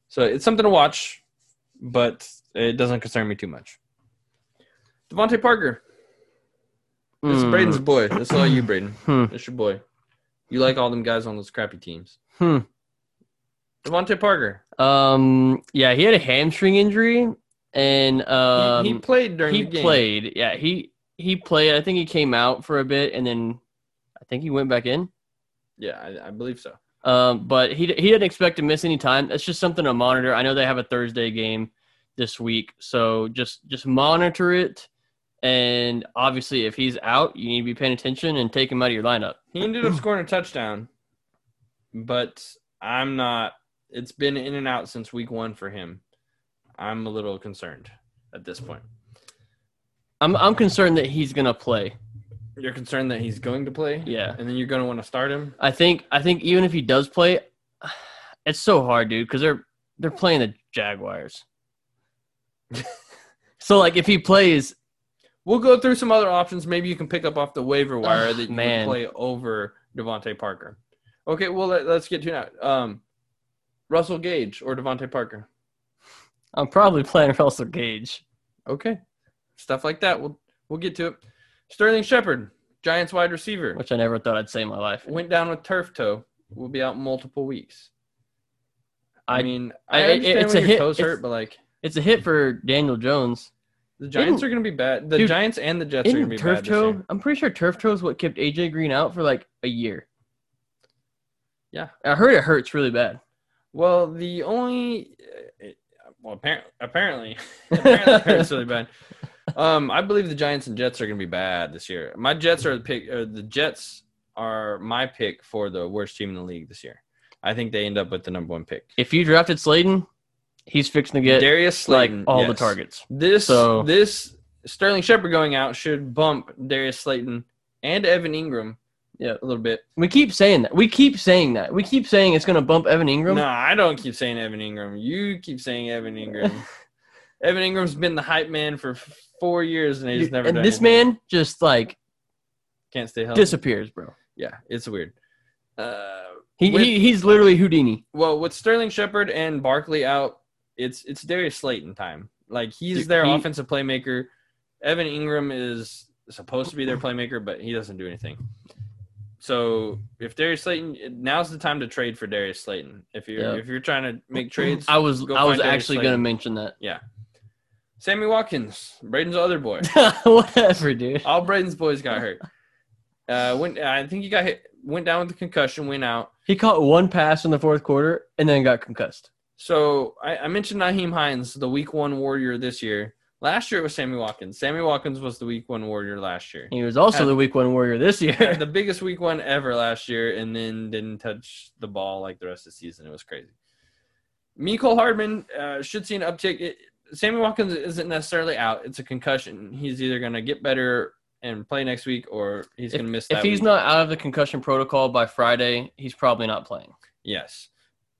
C: so it's something to watch, but it doesn't concern me too much. Devontae Parker, this is
D: Hmm.
C: Braden's boy. This is all you, Braden.
D: Hmm.
C: That's your boy. You like all them guys on those crappy teams.
D: Hmm.
C: Devontae Parker.
D: Um. Yeah, he had a hamstring injury, and
C: He,
D: um,
C: he played during
D: he
C: the game.
D: played. Yeah, he he played. I think he came out for a bit, and then I think he went back in.
C: Yeah, I, I believe so.
D: Um, but he he didn't expect to miss any time. That's just something to monitor. I know they have a Thursday game this week, so just just monitor it. And obviously, if he's out, you need to be paying attention and take him out of your lineup.
C: He ended [CLEARS THROAT] up scoring a touchdown, but I'm not. It's been in and out since week one for him. I'm a little concerned at this point.
D: I'm I'm concerned that he's gonna play.
C: You're concerned that he's going to play?
D: Yeah.
C: And then you're going to want to start him?
D: I think I think even if he does play, [SIGHS] it's so hard, dude, because they're they're playing the Jaguars. [LAUGHS] so like, if he plays,
C: We'll go through some other options. Maybe you can pick up off the waiver wire
D: Ugh,
C: that you
D: man.
C: can play over Devontae Parker. Okay, well let, us get to that. Um, Russell Gage or Devontae Parker.
D: I'm probably [LAUGHS] playing Russell Gage.
C: Okay, stuff like that. We'll we'll get to it. Sterling Shepard, Giants wide receiver,
D: which I never thought I'd say in my life.
C: went down with turf toe. Will be out multiple weeks. I,
D: I-
C: mean, I,
D: I- it-
C: understand
D: it's
C: when
D: a
C: your
D: hit-
C: toes
D: it's-
C: hurt, but like
D: It's a hit for Daniel Jones.
C: the Giants
D: Didn't-
C: are going to be bad. The
D: Dude,
C: Giants and the Jets are going to be
D: Isn't turf
C: bad. This year.
D: toe? I'm pretty sure turf toe is what kept AJ Green out for like a year.
C: Yeah.
D: I heard it hurts really bad.
C: Well, the only uh, well apparently
D: [LAUGHS]
C: apparently [LAUGHS] apparently it's really bad. Um, I believe the Giants and Jets are going to be bad this year. My Jets are the pick. Or the Jets are my pick for the worst team in the league this year. I think they end up with the number one pick.
D: If you drafted Slayton, he's fixing to get
C: Darius
D: like
C: Slayton,
D: all the
C: yes.
D: targets.
C: This
D: So-
C: this Sterling Shepard going out should bump Darius Slayton and Evan Ingram.
D: Yeah.
C: a little bit.
D: We keep saying that. We keep saying that. We keep saying it's going to bump Evan Ingram.
C: No, I don't keep saying Evan Ingram. You keep saying Evan
D: [LAUGHS]
C: Ingram. Evan Ingram's been the hype man for f- four years, and he's
D: Dude,
C: never.
D: and
C: done
D: this
C: anything.
D: man just like
C: can't stay healthy.
D: disappears, bro.
C: yeah, it's weird. Uh,
D: He,
C: With-
D: he he's literally Houdini.
C: well, with Sterling Shepard and Barkley out, it's it's Darius Slayton time. Like he's
D: Dude,
C: their
D: he-
C: offensive playmaker. Evan Ingram is supposed to be their playmaker, but he doesn't do anything. So if Darius Slayton, now's the time to trade for Darius Slayton. If you're
D: Yeah. Mm-hmm.
C: if you're trying to make trades,
D: I was
C: Go
D: I was
C: find Darius
D: actually
C: Slayton.
D: going to mention that. [LAUGHS]
C: Sammy Watkins, Braden's other boy.
D: Whatever, dude.
C: All Braden's boys got hurt. Uh, went. I think he got hit. Went down with a concussion. Went out.
D: He caught one pass in the fourth quarter and then got concussed.
C: So I, I mentioned Naheem Hines, the Week One Warrior this year. Last year it was Sammy Watkins. Sammy Watkins was the Week One Warrior last year.
D: He was also
C: Had-
D: the week one warrior this [LAUGHS]
C: Had
D: year.
C: the biggest Week One ever last year, and then didn't touch the ball like the rest of the season. It was crazy. Mecole Hardman uh, should see an uptick. It, Sammy Watkins isn't necessarily out. It's a concussion. He's either going to get better and play next week, or he's going to miss. That
D: if he's
C: week.
D: not out of the concussion protocol by Friday, he's probably not playing.
C: Yes.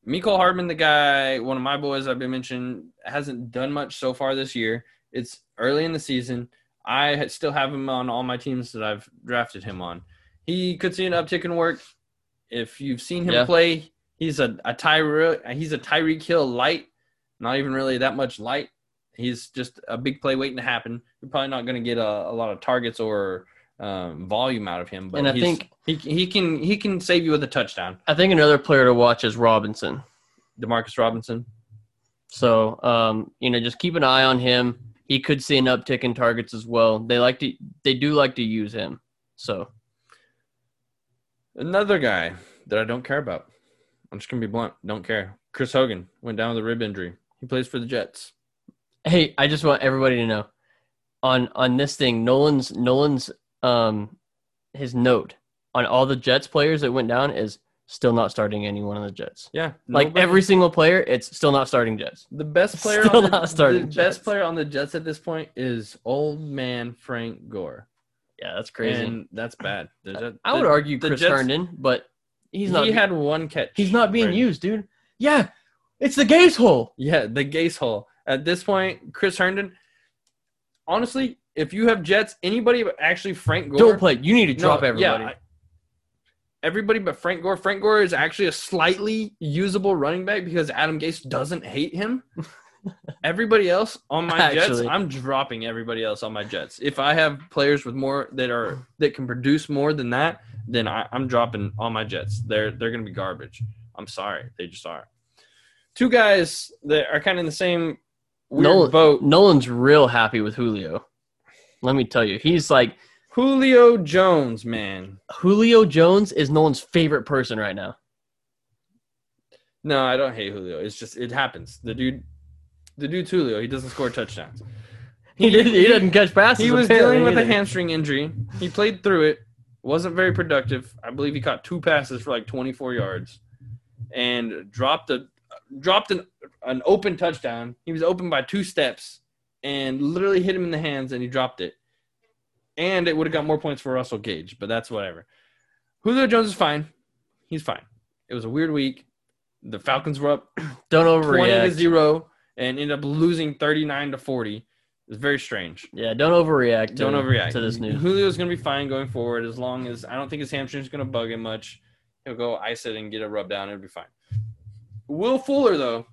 C: Miko Hardman, the guy, one of my boys I've been mentioning, hasn't done much so far this year. It's early in the season. I ha- still have him on all my teams that I've drafted him on. He could see an uptick in work. If you've seen him
D: Yeah.
C: play, He's a, a Tyre he's a Tyreek Hill light, not even really that much light. He's just a big play waiting to happen. You're probably not going to get a, a lot of targets or um, volume out of him, but
D: And I
C: he's-
D: think-
C: he he can he can save you with a touchdown.
D: I think another player to watch is Robinson.
C: Demarcus Robinson.
D: So, um, you know, just keep an eye on him. He could see an uptick in targets as well. They like to, they do like to use him. So,
C: Another guy that I don't care about. I'm just gonna be blunt. Don't care. Chris Hogan went down with a rib injury. He plays for the Jets.
D: hey, I just want everybody to know on on this thing, Nolan's Nolan's um his note on all the Jets players that went down is still not starting anyone on the Jets.
C: Yeah,
D: Like
C: nobody-
D: every single player, it's still not starting Jets.
C: the best player.
D: Still
C: on the,
D: not starting
C: the
D: Jets.
C: best player on the Jets at this point is old man Frank Gore.
D: Yeah, that's crazy.
C: and that's bad. The- the-
D: I would
C: the-
D: argue Chris
C: Jets-
D: Herndon, but he's not
C: he had one catch.
D: he's not being
C: Brady.
D: used, dude. Yeah, it's the gaze hole.
C: Yeah, the Gase hole. At this point, Chris Herndon. Honestly, if you have Jets, anybody but actually Frank Gore.
D: Don't play. You need to
C: No,
D: drop everybody.
C: yeah, I- everybody but Frank Gore. Frank Gore is actually a slightly usable running back because Adam Gase doesn't hate
D: [LAUGHS]
C: him. everybody else on my Jets,
D: Actually.
C: I'm dropping everybody else on my Jets. If I have players with more that are that can produce more than that, then I, I'm dropping all my Jets. They're they're gonna be garbage. I'm sorry, they just are. Two guys that are kind of in the same weird
D: Nolan-
C: boat.
D: Nolan's real happy with Julio. Let me tell you, he's like
C: Julio Jones, man.
D: Julio Jones is Nolan's favorite person right now. [LAUGHS]
C: No, I don't hate Julio. It's just it happens. The dude, the dude's Julio. He doesn't score touchdowns.
D: He did. He doesn't catch passes.
C: He was
D: apparently,
C: dealing with a
D: either.
C: hamstring injury. He played through it. Wasn't very productive. I believe he caught two passes for like 24 yards, and dropped a dropped an an open touchdown. He was open by two steps, and literally hit him in the hands, and he dropped it. And it would have got more points for Russell Gage, but that's whatever. Julio Jones is fine. He's fine. It was a weird week. The Falcons were up 20
D: Don't
C: to
D: overreact.
C: 0 and end up losing 39 to 40. It's very strange.
D: Yeah, don't overreact. To,
C: Don't overreact. [LAUGHS]
D: to this news.
C: Julio's going to be fine going forward as long as I don't think his hamstring's going to bug him much. He'll go ice it and get a rub down. It'll be fine. Will Fuller, though,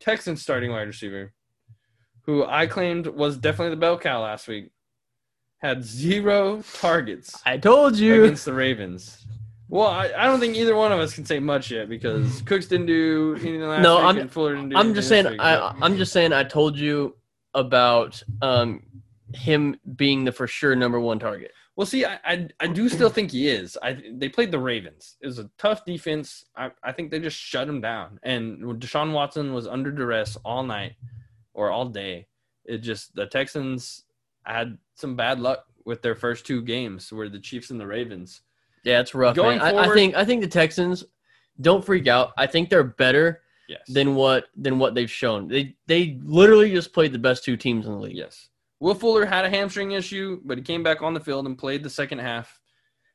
C: Texans starting wide receiver, who I claimed was definitely the bell cow last week, had zero targets
D: I told you.
C: against the Ravens. Well, I, I don't think either one of us can say much yet because Cooks didn't do anything last
D: No,
C: week
D: I'm-
C: and Fuller didn't do
D: I'm
C: anything
D: just
C: this
D: saying.
C: week,
D: I, I'm just saying. I told you about um him being the for sure number one target.
C: Well, see, I, I I do still think he is. I they played the Ravens. It was a tough defense. I, I think they just shut him down. And when Deshaun Watson was under duress all night or all day. It just the Texans had some bad luck with their first two games, where the Chiefs and the Ravens.
D: Yeah, it's rough.
C: Going
D: man. I, I
C: forward-
D: think. I think the Texans. Don't freak out. I think they're better
C: Yes.
D: than what than what they've shown. They they literally just played the best two teams in the league.
C: Yes. Will Fuller had a hamstring issue, but he came back on the field and played the second half.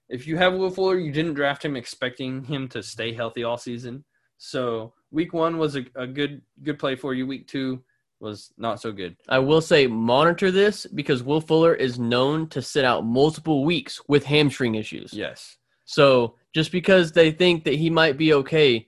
C: If you have Will Fuller, you didn't draft him expecting him to stay healthy all season. So week one was a, a good good play for you. Week two was not so good.
D: I will say monitor this because Will Fuller is known to sit out multiple weeks with hamstring issues.
C: Yes.
D: So just because they think that he might be okay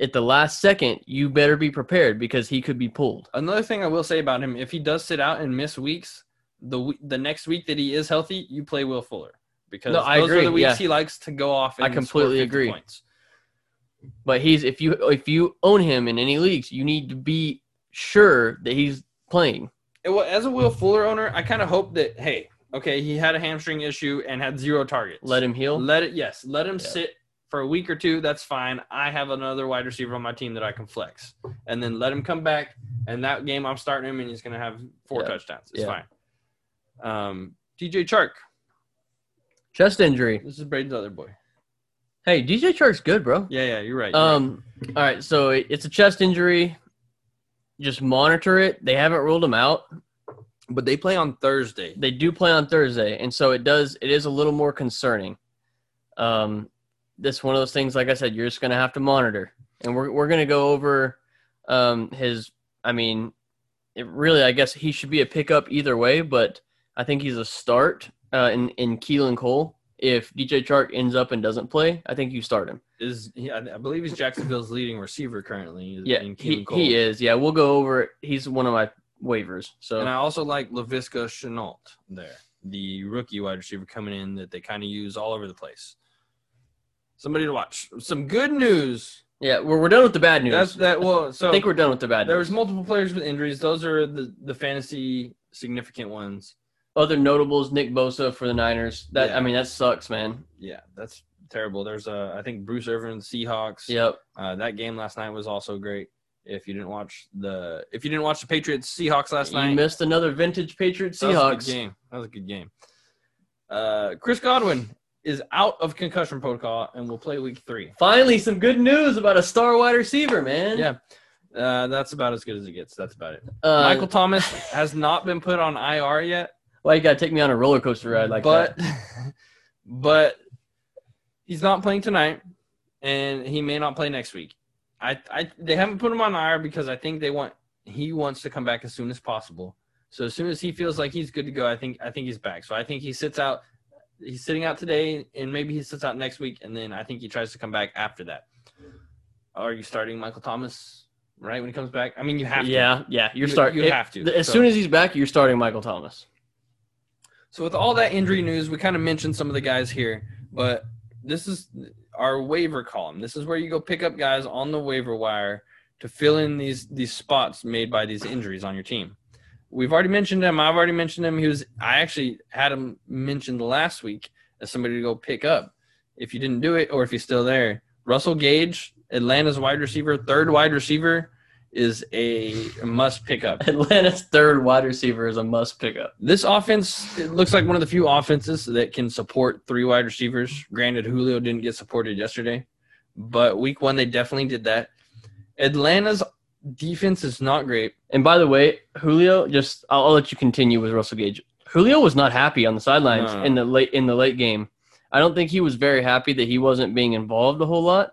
D: at the last second, you better be prepared because he could be pulled.
C: Another thing I will say about him, if he does sit out and miss weeks, the we- the next week that he is healthy, you play Will Fuller because
D: No, I
C: those
D: agree,
C: are the weeks
D: yeah.
C: he likes to go off. And
D: I completely
C: score 50
D: agree.
C: Points.
D: But he's if you if you own him in any leagues, you need to be sure that he's playing.
C: it, well, as a Will Fuller owner, I kind of hope that hey, okay, he had a hamstring issue and had zero targets.
D: Let him heal.
C: let it yes, let him
D: Yeah.
C: sit for a week or two. That's fine. I have another wide receiver on my team that I can flex, and then let him come back. And that game, I'm starting him, and he's going to have four
D: Yeah.
C: touchdowns. It's
D: Yeah.
C: fine. Um, DJ Chark,
D: Chest injury.
C: this is Braden's other boy.
D: Hey, DJ Chark's good, bro.
C: Yeah, yeah, you're right. you're right.
D: Um. All right. So it, it's a chest injury. Just monitor it. They haven't ruled him out.
C: but they play on Thursday.
D: They do play on Thursday, and so it does. It is a little more concerning. Um, this one of those things. Like I said, you're just gonna have to monitor, and we're we're gonna go over um his. I mean, it really. I guess he should be a pickup either way, but I think he's a start uh, in in Keelan Cole if DJ Chark ends up and doesn't play, I think you start him.
C: Is yeah, I believe he's Jacksonville's leading receiver currently.
D: Yeah,
C: in Keelan
D: he,
C: Cole.
D: he is. Yeah, we'll go over it. He's one of my waivers. So
C: And I also like Lavisca Chenault there, the rookie wide receiver coming in that they kind of use all over the place. Somebody to watch. Some good news.
D: yeah, we're, we're done with the bad news.
C: That's that. Well, so
D: I think we're done with the bad
C: there
D: news.
C: was multiple players with injuries. Those are the the fantasy significant ones.
D: Other notables: Nick Bosa for the Niners. That
C: Yeah.
D: I mean, that sucks, man.
C: Yeah, that's terrible. There's uh, I think Bruce Irvin Seahawks.
D: Yep.
C: Uh, that game last night was also great. If you didn't watch the if you didn't watch the Patriots Seahawks last
D: you
C: night,
D: missed another vintage Patriot
C: That was a good
D: Seahawks.
C: game. That was a good game. Uh, Chris Godwin is out of concussion protocol and will play week three.
D: Finally, some good news about a star wide receiver, man.
C: Yeah. Uh, that's about as good as it gets. That's about it.
D: Uh,
C: Michael Thomas has not been put on IR yet,
D: Why you gotta take me on a roller coaster ride like
C: but [LAUGHS]
D: that?
C: but he's not playing tonight, and he may not play next week. I, I they haven't put him on IR because I think they want he wants to come back as soon as possible. So as soon as he feels like he's good to go, I think I think he's back. So I think he sits out. He's sitting out today, and maybe he sits out next week, and then I think he tries to come back after that. Are you starting Michael Thomas right when he comes back? I mean, you have to.
D: yeah, yeah, you're
C: You-
D: starting.
C: you have to.
D: As
C: So-
D: soon as he's back, you're starting Michael Thomas. [LAUGHS]
C: So with all that injury news, we kind of mentioned some of the guys here, but this is our waiver column. This is where you go pick up guys on the waiver wire to fill in these these spots made by these injuries on your team. We've already mentioned him. I've already mentioned him. He was I actually had him mentioned last week as somebody to go pick up. If you didn't do it or if he's still there, Russell Gage, Atlanta's wide receiver, third wide receiver is a must pick up.
D: Atlanta's third wide receiver is a must pickup.
C: This offense it looks like one of the few offenses that can support three wide receivers. Granted, Julio didn't get supported yesterday, but week one they definitely did that. Atlanta's defense is not great.
D: And by the way, Julio, just I'll, I'll let you continue with Russell Gage. Julio was not happy on the sidelines
C: No.
D: in the late in the late game. I don't think he was very happy that he wasn't being involved a whole lot,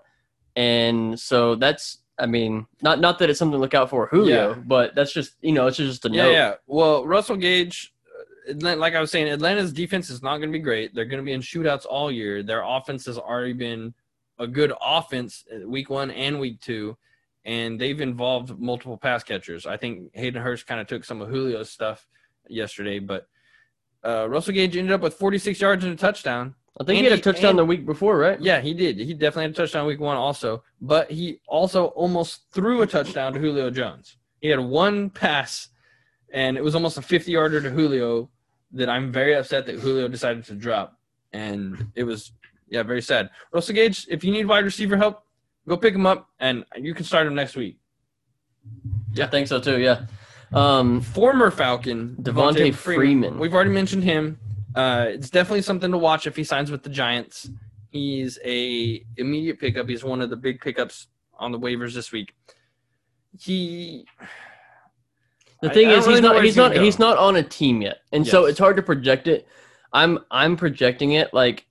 D: and so that's I mean not not that it's something to look out for Julio,
C: Yeah.
D: but that's just you know it's just a
C: Yeah,
D: note.
C: yeah. Well, Russell Gage, uh, Atlan- like I was saying, Atlanta's defense is not going to be great. They're going to be in shootouts all year. Their offense has already been a good offense uh, week one and week two, and they've involved multiple pass catchers. I think Hayden Hurst kind of took some of Julio's stuff yesterday, but uh, Russell Gage ended up with 46 yards and a touchdown.
D: I think he had a
C: Andy-
D: touchdown
C: Andy-
D: the week before, right?
C: Yeah, he did. He definitely had a touchdown week one also, but he also almost threw a touchdown to Julio Jones. He had one pass, and it was almost a 50 yarder to Julio that I'm very upset that Julio decided to drop. And it was, yeah, very sad. Russell Gage, if you need wide receiver help, go pick him up, and you can start him next week.
D: I think so too. Yeah. Um,
C: Former Falcon,
D: Devontae
C: Devontae
D: Freeman.
C: We've already mentioned him. Uh, it's definitely something to watch if he signs with the Giants. He's a immediate pickup. He's one of the big pickups on the waivers this week. He
D: The
C: I-
D: thing
C: I don't
D: is,
C: really
D: he's
C: know
D: not
C: where
D: he's
C: he's gonna
D: not
C: go.
D: he's not on a team yet, and so
C: Yes.
D: it's hard to project it. I'm I'm projecting it like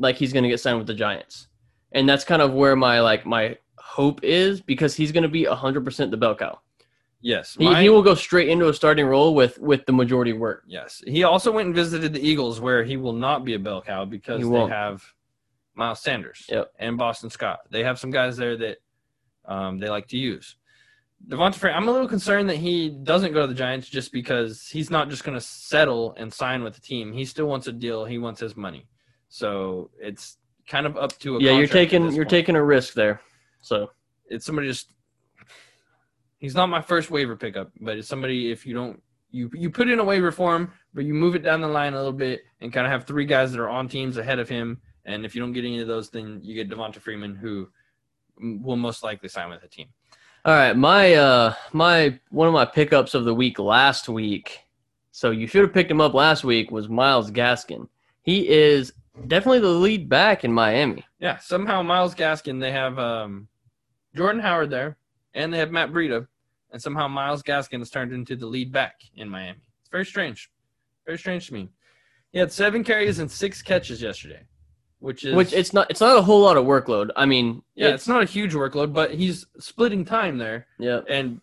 D: like he's going to get signed with the Giants, and that's kind of where my like my hope is because he's going to be 100 percent the bell cow.
C: yes,
D: He,
C: my-
D: he will go straight into a starting role with with the majority work.
C: yes. He also went and visited the Eagles, where he will not be a bell cow because
D: He
C: they
D: won't.
C: have Miles Sanders
D: Yep.
C: and Boston Scott. They have some guys there that um, they like to use. Devonta Freeman, I'm a little concerned that he doesn't go to the Giants just because he's not just going to settle and sign with the team. He still wants a deal. He wants his money. So it's kind of up to a
D: Yeah, you're
C: contract at
D: taking
C: this
D: you're
C: point.
D: taking a risk there. So
C: it's somebody just he's not my first waiver pickup, but it's somebody if you don't you you put in a waiver form, but you move it down the line a little bit and kind of have three guys that are on teams ahead of him. And if you don't get any of those, then you get Devonta Freeman, who m- will most likely sign with the team.
D: all right, my uh my one of my pickups of the week last week. So you should have picked him up last week was Miles Gaskin. He is definitely the lead back in Miami.
C: Yeah, somehow Miles Gaskin, they have um, Jordan Howard there, and they have Matt Breida, and somehow Miles Gaskin has turned into the lead back in Miami. It's very strange, very strange to me. He had seven carries and six catches yesterday, which is
D: which it's not it's not a whole lot of workload i mean
C: yeah, it's, not a huge workload, but he's splitting time there,
D: yeah
C: and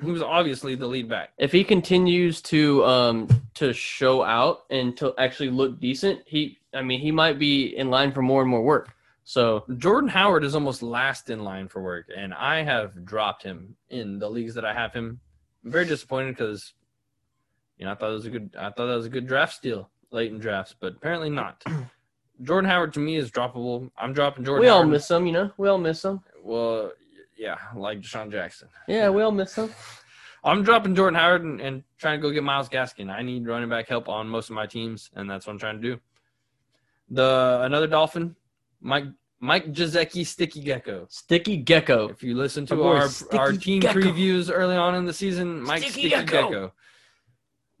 C: who's obviously the lead back.
D: If he continues to um to show out and to actually look decent, he I mean he might be in line for more and more work. So
C: Jordan Howard is almost last in line for work, and I have dropped him in the leagues that I have him. I'm very disappointed because, you know, I thought it was a good, I thought that was a good draft steal late in drafts, but apparently not. [CLEARS THROAT] Jordan Howard to me is droppable. I'm dropping Jordan.
D: we all
C: Howard.
D: miss him, you know. We all miss him.
C: Well, yeah, like Deshaun Jackson.
D: Yeah, we all miss him.
C: I'm dropping Jordan Howard and, and trying to go get Miles Gaskin. I need running back help on most of my teams, and that's what I'm trying to do. The another Dolphin, Mike Mike Jazeki Sticky Gecko.
D: Sticky Gecko.
C: If you listen to
D: My boy,
C: our
D: Sticky
C: our team
D: Gecko.
C: previews early on in the season, Mike
D: Sticky
C: Sticky,
D: Gecko.
C: Gecko.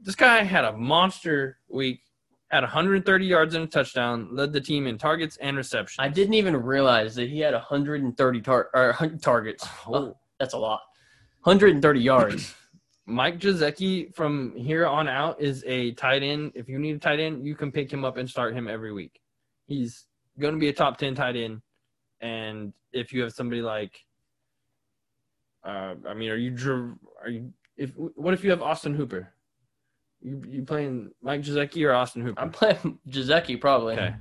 C: This guy had a monster week, had 130 yards and a touchdown, led the team in targets and receptions.
D: I didn't even realize that he had 130 tar- or 100 targets.
C: Oh.
D: That's a lot.
C: [LAUGHS]
D: 130 yards.
C: Mike Jazeki from here on out is a tight end. If you need a tight end, you can pick him up and start him every week. He's going to be a top 10 tight end. And if you have somebody like, uh, I mean, are you, Jer- are you, if, what if you have Austin Hooper? You, you playing Mike Jazeki or Austin Hooper?
D: I'm playing Jazeki probably.
C: okay.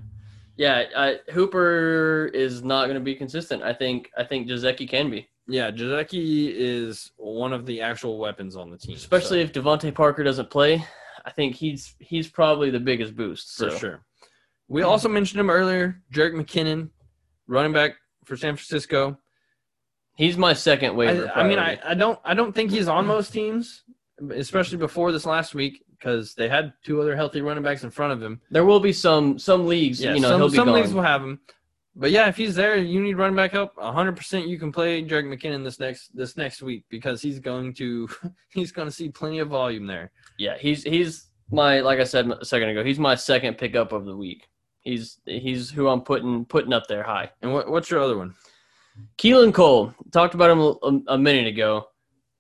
D: Yeah, I, Hooper is not going to be consistent. I think I think Jazeki can be,
C: Yeah. Jazeki is one of the actual weapons on the team. so-
D: especially if Devonte Parker doesn't play. I think he's he's probably the biggest boost. So
C: for sure. We also mentioned him earlier, Jarek McKinnon, running back for San Francisco.
D: he's my second
C: I,
D: waiver.
C: I mean, I,
D: priority.
C: I don't I don't think he's on most teams, especially before this last week because they had two other healthy running backs in front of him.
D: there will be some some leagues.
C: Yeah,
D: you know, he'll
C: some
D: be
C: some
D: gone.
C: leagues will have him, but yeah, if he's there, you need running back help. hundred percent, you can play Jarek McKinnon this next this next week because he's going to [LAUGHS] he's going to see plenty of volume there.
D: Yeah, he's he's my like I said a second ago. He's my second pickup of the week. He's he's who I'm putting putting up there high.
C: And what, what's your other one?
D: Keelan Cole talked about him a, a minute ago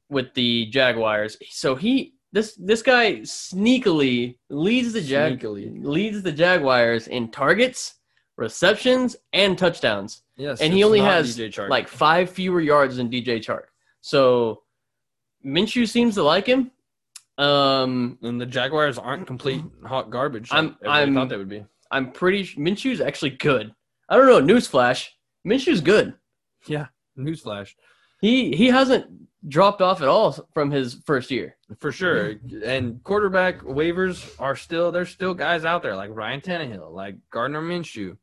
D: with the Jaguars. So he this this guy sneakily leads the Jag
C: Sneakily.
D: leads the Jaguars in targets, receptions, and touchdowns.
C: Yes,
D: And he
C: it's
D: only
C: not
D: has,
C: DJ Chark.
D: Like five fewer yards than DJ Chark. So Minshew seems to like him. Um,
C: And the Jaguars aren't complete hot garbage.
D: I'm-
C: Like everybody
D: I'm-
C: thought they would be.
D: I'm pretty sh- Minshew's actually good. I don't know. Newsflash: Minshew's good.
C: Newsflash,
D: He he hasn't dropped off at all from his first year.
C: for sure. And quarterback waivers are still there's still guys out there like Ryan Tannehill, like Gardner Minshew,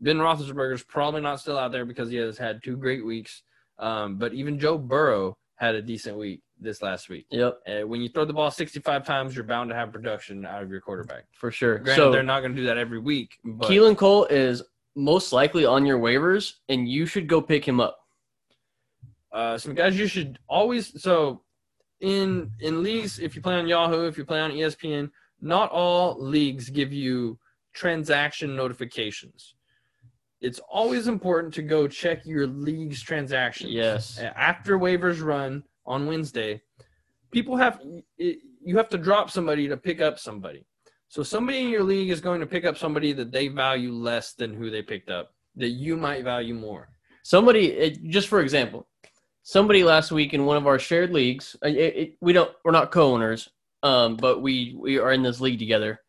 C: Ben Roethlisberger's probably not still out there because he has had two great weeks. Um, but even Joe Burrow had a decent week this last week.
D: Yep,
C: Uh, when you throw the ball 65 times, you're bound to have production out of your quarterback.
D: for sure.
C: Granted,
D: so
C: they're not going to do that every week. But
D: Keelan Cole is most likely on your waivers, and you should go pick him up.
C: uh, some guys you should always so in in leagues if you play on yahoo if you play on E espn not all leagues give you transaction notifications it's always important to go check your league's transactions
D: Yes.
C: Uh, after waivers run on wednesday people have it, you have to drop somebody to pick up somebody so somebody in your league is going to pick up somebody that they value less than who they picked up that you might value more
D: Somebody, it, just for example, somebody last week in one of our shared leagues. uh, It, it, we don't, we're not co-owners, um, but we we are in this league together.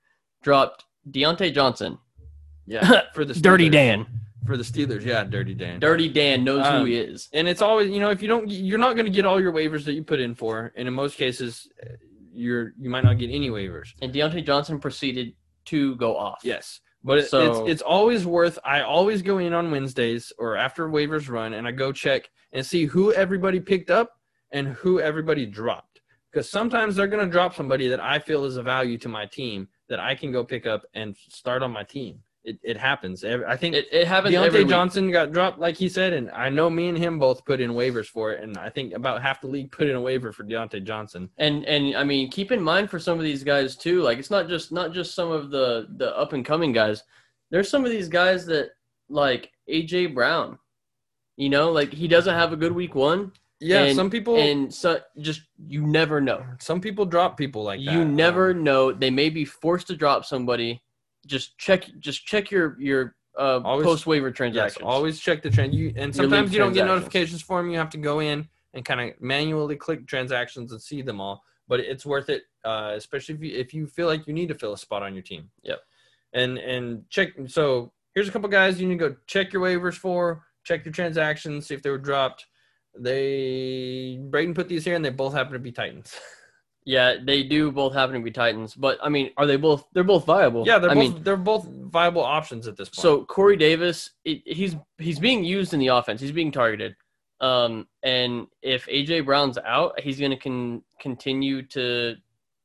D: Dropped Deontay Johnson, [LAUGHS]
C: yeah for the
D: Dirty
C: Steelers.
D: Dan,
C: for the Steelers. Yeah, Dirty Dan.
D: Dirty Dan knows who
C: Um,
D: he is.
C: and it's always you know if you don't you're not going to get all your waivers that you put in for, and in most cases, uh, you're you might not get any waivers.
D: And Deontay Johnson proceeded to go off.
C: Yes, but it,
D: So-
C: it's it's always worth. I always go in on Wednesdays or after waivers run, and I go check and see who everybody picked up and who everybody dropped. Because sometimes they're going to drop somebody that I feel is a value to my team that I can go pick up and start on my team. It, it happens. Ev- I think
D: It, it happens every
C: Deontay
D: week.
C: Johnson got dropped, like he said, and I know me and him both put in waivers for it, and I think about half the league put in a waiver for Deontay Johnson.
D: and and I mean, keep in mind for some of these guys too. Like it's not just not just some of the the up and coming guys. There's some of these guys that like AJ Brown. You know, like he doesn't have a good week one,
C: Yeah,
D: And-
C: some people
D: and so just you never know.
C: some people drop people like that.
D: you never
C: Um,
D: know. They may be forced to drop somebody. Just check. Just check your your uh,
C: Always-
D: post waiver
C: yes,
D: transactions.
C: always check the trend. You and
D: league
C: sometimes you don't get
D: transactions.
C: notifications for them. You have to go in and kind of manually click transactions and see them all. But it's worth it, uh, especially if you if you feel like you need to fill a spot on your team.
D: Yep.
C: And and check. So here's a couple guys you need to go check your waivers for, check your transactions, see if they were dropped. They Braden put these here, and they both happen to be Titans.
D: Yeah, they do both happen to be Titans, but I mean, are they both? They're both viable.
C: [LAUGHS] Yeah, they're
D: I
C: both
D: mean,
C: they're both viable options at this point.
D: so Corey Davis, it, he's he's being used in the offense. He's being targeted. Um, and if AJ Brown's out, he's going to con- continue to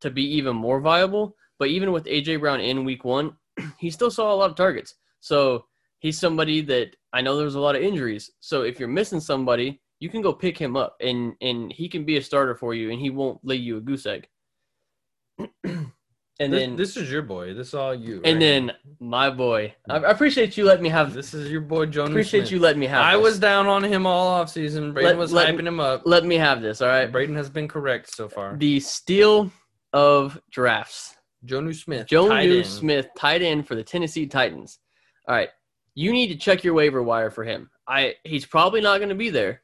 D: to be even more viable. But even with AJ Brown in Week One, [CLEARS THROAT] he still saw a lot of targets. So he's somebody that I know there's a lot of injuries. So if you're missing somebody, you can go pick him up, and and he can be a starter for you, and he won't lay you a goose egg. [CLEARS THROAT] and
C: this,
D: then
C: this is your boy. This is all you. right?
D: and then my boy, I, I appreciate you letting me have.
C: this is your boy Jonas.
D: Appreciate
C: Smith.
D: you letting me have.
C: I
D: this.
C: was down on him all offseason. Braden
D: Let-
C: was
D: let-
C: hyping him up.
D: Let me have this. All right.
C: Braden has been correct so far.
D: The steal of drafts.
C: Jonu Smith. tight
D: Jonu
C: end.
D: Smith, tight end for the Tennessee Titans. All right, you need to check your waiver wire for him. I he's probably not going to be there,